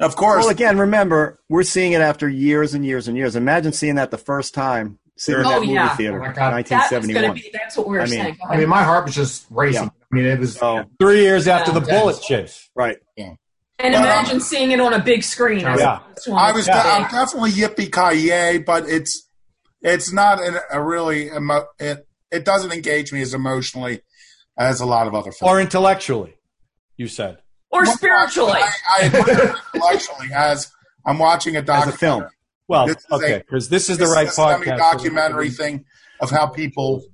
of course.
Well, again, remember we're seeing it after years and years and years. Imagine seeing that the first time, seeing
Sure.
that
Oh,
movie
yeah.
theater,
Oh, my God.
That was
1971.
gonna be, that's what we were
I mean-
saying.
I mean, my heart was just racing.
Yeah.
I mean, it was
three years
after the Yeah. bullet
chase.
Right.
and
uh,
imagine seeing it on a big screen. That's
Yeah.
what this one
I was.
like.
I'm definitely yippee ki yay, but it's it's not an, a really emo- it it doesn't engage me as emotionally as a lot of other films.
or intellectually, you said.
or spiritually.
I admire it intellectually as I'm watching a documentary. film.
Well, okay, because this is the right podcast.
documentary thing of how people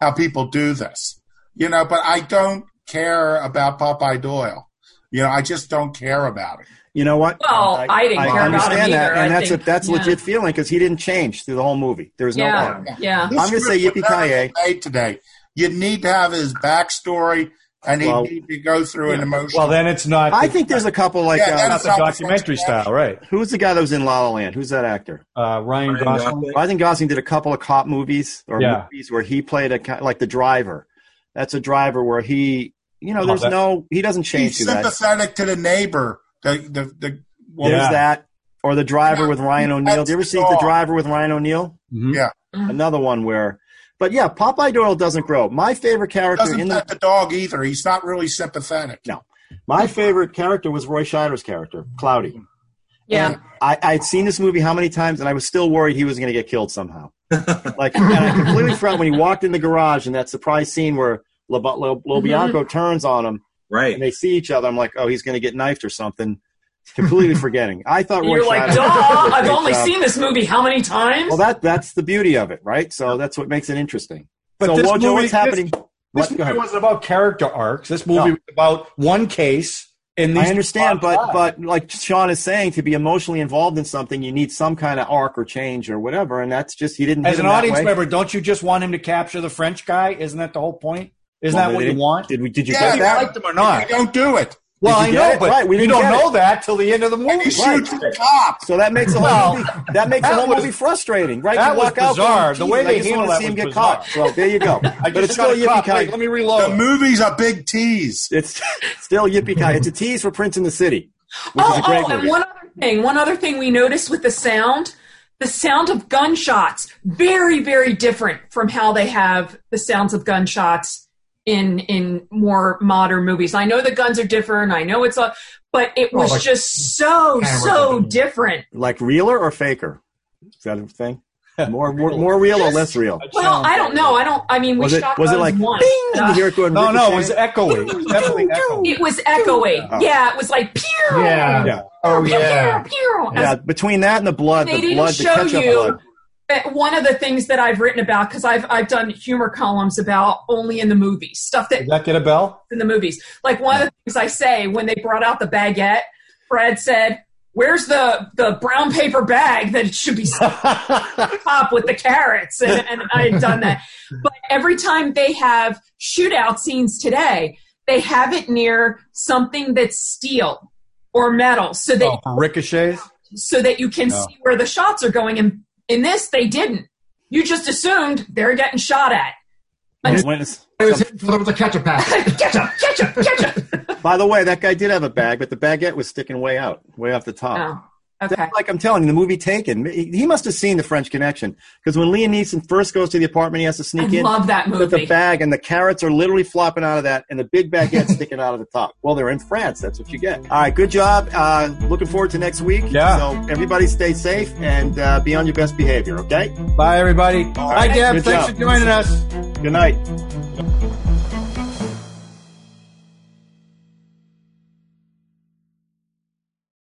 how people do this, you know. But I don't care about Popeye Doyle. You know, I just don't care about it.
You know what?
Well, I didn't care about him
understand that,
either,
and
I
that's
think.
a, that's
Yeah.
legit feeling because he didn't change through the whole movie. There was no
yeah,
arc.
yeah.
I'm going to say yippee ki yay.
Made today, you need to have his backstory, and he
Well-
need to go through an emotional.
Well, then it's not.
I think there's a couple like
Yeah,
uh,
that's not the documentary
style, right?
Who's the guy that was in La La Land? Who's that actor?
Uh, Ryan, Gosling.
Ryan Gosling did a couple of cop movies or
Yeah.
movies where he played a ki- like the driver. That's a driver where he, you know,
Oh,
there's
that-
no he doesn't change
He's
through that.
sympathetic to the neighbor. The the the
What was that? Or the driver with Ryan O'Neal. Did you ever see the driver with Ryan O'Neal?
Yeah.
Another one where, but yeah, Popeye Doyle doesn't grow. My favorite character
Doesn't
in
pet the dog either. He's not really sympathetic.
No. My favorite character was Roy Scheider's character,
Mm-hmm.
Cloudy.
Yeah.
I, I'd seen this movie how many times, and I was still worried he was going to get killed somehow. like, and I completely forgot when he walked in the garage in that surprise scene where Lob- Lob-
Mm-hmm.
Lobianco turns on him.
Right.
And they see each other. I'm like, oh, he's going to get knifed or something. Completely forgetting. I thought Roy
You're like,
Scheider-
duh!
did a
Uh, I've
great
only
job.
seen this movie how many times?
Well, that that's the beauty of it, right? So that's what makes it interesting.
But
so,
this
Wojo,
movie-
what's happening?
This movie wasn't about character arcs. This movie was about one case in these
I understand, but but like Sean is saying, to be emotionally involved in something, you need some kind of arc or change or whatever, and that's just you didn't.
As
hit
an
him that
audience
way.
member, don't you just want him to capture the French guy? Isn't that the whole point? Isn't
Well,
that what
did
you
it-
want?
Did we? Did you
Yeah,
get
you
that?
liked him or not.
You don't do it.
Well,
Did
I
you get
know,
it?
but
Right, we
you
didn't
don't
get
know
it.
that till the end of the movie.
shoots
the cop.
So that makes the
Well,
whole movie, that makes the
that
whole
was-
movie frustrating, right?
that
you
was
walk out
bizarre.
going,
The way
"Geez,
they
I just
handled
wanna
that
see
was
him get
bizarre."
caught. So there you go. but
just
it's still
got a cop.
yippee
Wait, let me reload.
The movie's a big tease.
It's still yippee ki It's a tease for Prince in the City, which
oh,
is a great
oh,
movie.
and one other thing, one other thing we noticed with the sound, the sound of gunshots, very, very different from how they have the sounds of gunshots in in more modern movies. I know the guns are different. I know it's a, but it
Well,
was
Oh, like
just so
cameras
so different.
like realer or faker? Is that a thing? More more, more real or less real?
Well, I don't know. I don't. I mean, we
Was it-
shot
was it
guns
like,
once.
"Bing!" and you hear it going
No, no, it was
ricochet?
echoey. It was definitely echoey.
It was echoey.
Oh.
Yeah, it was like pew.
Yeah.
Oh
yeah. Pew.
Yeah, between that and the blood,
They
the
didn't
blood, the
show
ketchup
you-
blood.
that one of the things that I've written about because I've I've done humor columns about only in the movies stuff that
Did that get a bell?
in the movies. Like one of the things I say when they brought out the baguette, Fred said, "Where's the the brown paper bag that it should be top with the carrots?" And, and I had done that. But every time they have shootout scenes today, they have it near something that's steel or metal, so that
Oh, ricochets?
so that you can
No.
see where the shots are going. And in this, they didn't. You just assumed they're getting shot at.
When- when it's-
It was, it was a ketchup packet.
ketchup, ketchup, ketchup.
By the way, that guy did have a bag, but the baguette was sticking way out, way off the top.
Oh, Okay.
Like I'm telling you, the movie Taken, he he must have seen The French Connection because when Liam Neeson first goes to the apartment, he has to sneak
I
in.
love that
With the
movie.
bag and the carrots are literally flopping out of that, and the big baguette sticking out of the top. Well, they're in France. That's what you get. All right, good job. Uh, looking forward to next week.
Yeah.
So everybody, stay safe and uh, be on your best behavior. Okay.
Bye, everybody.
All
Bye,
right,
Deb.
good
Thanks
job.
for joining us.
Good night.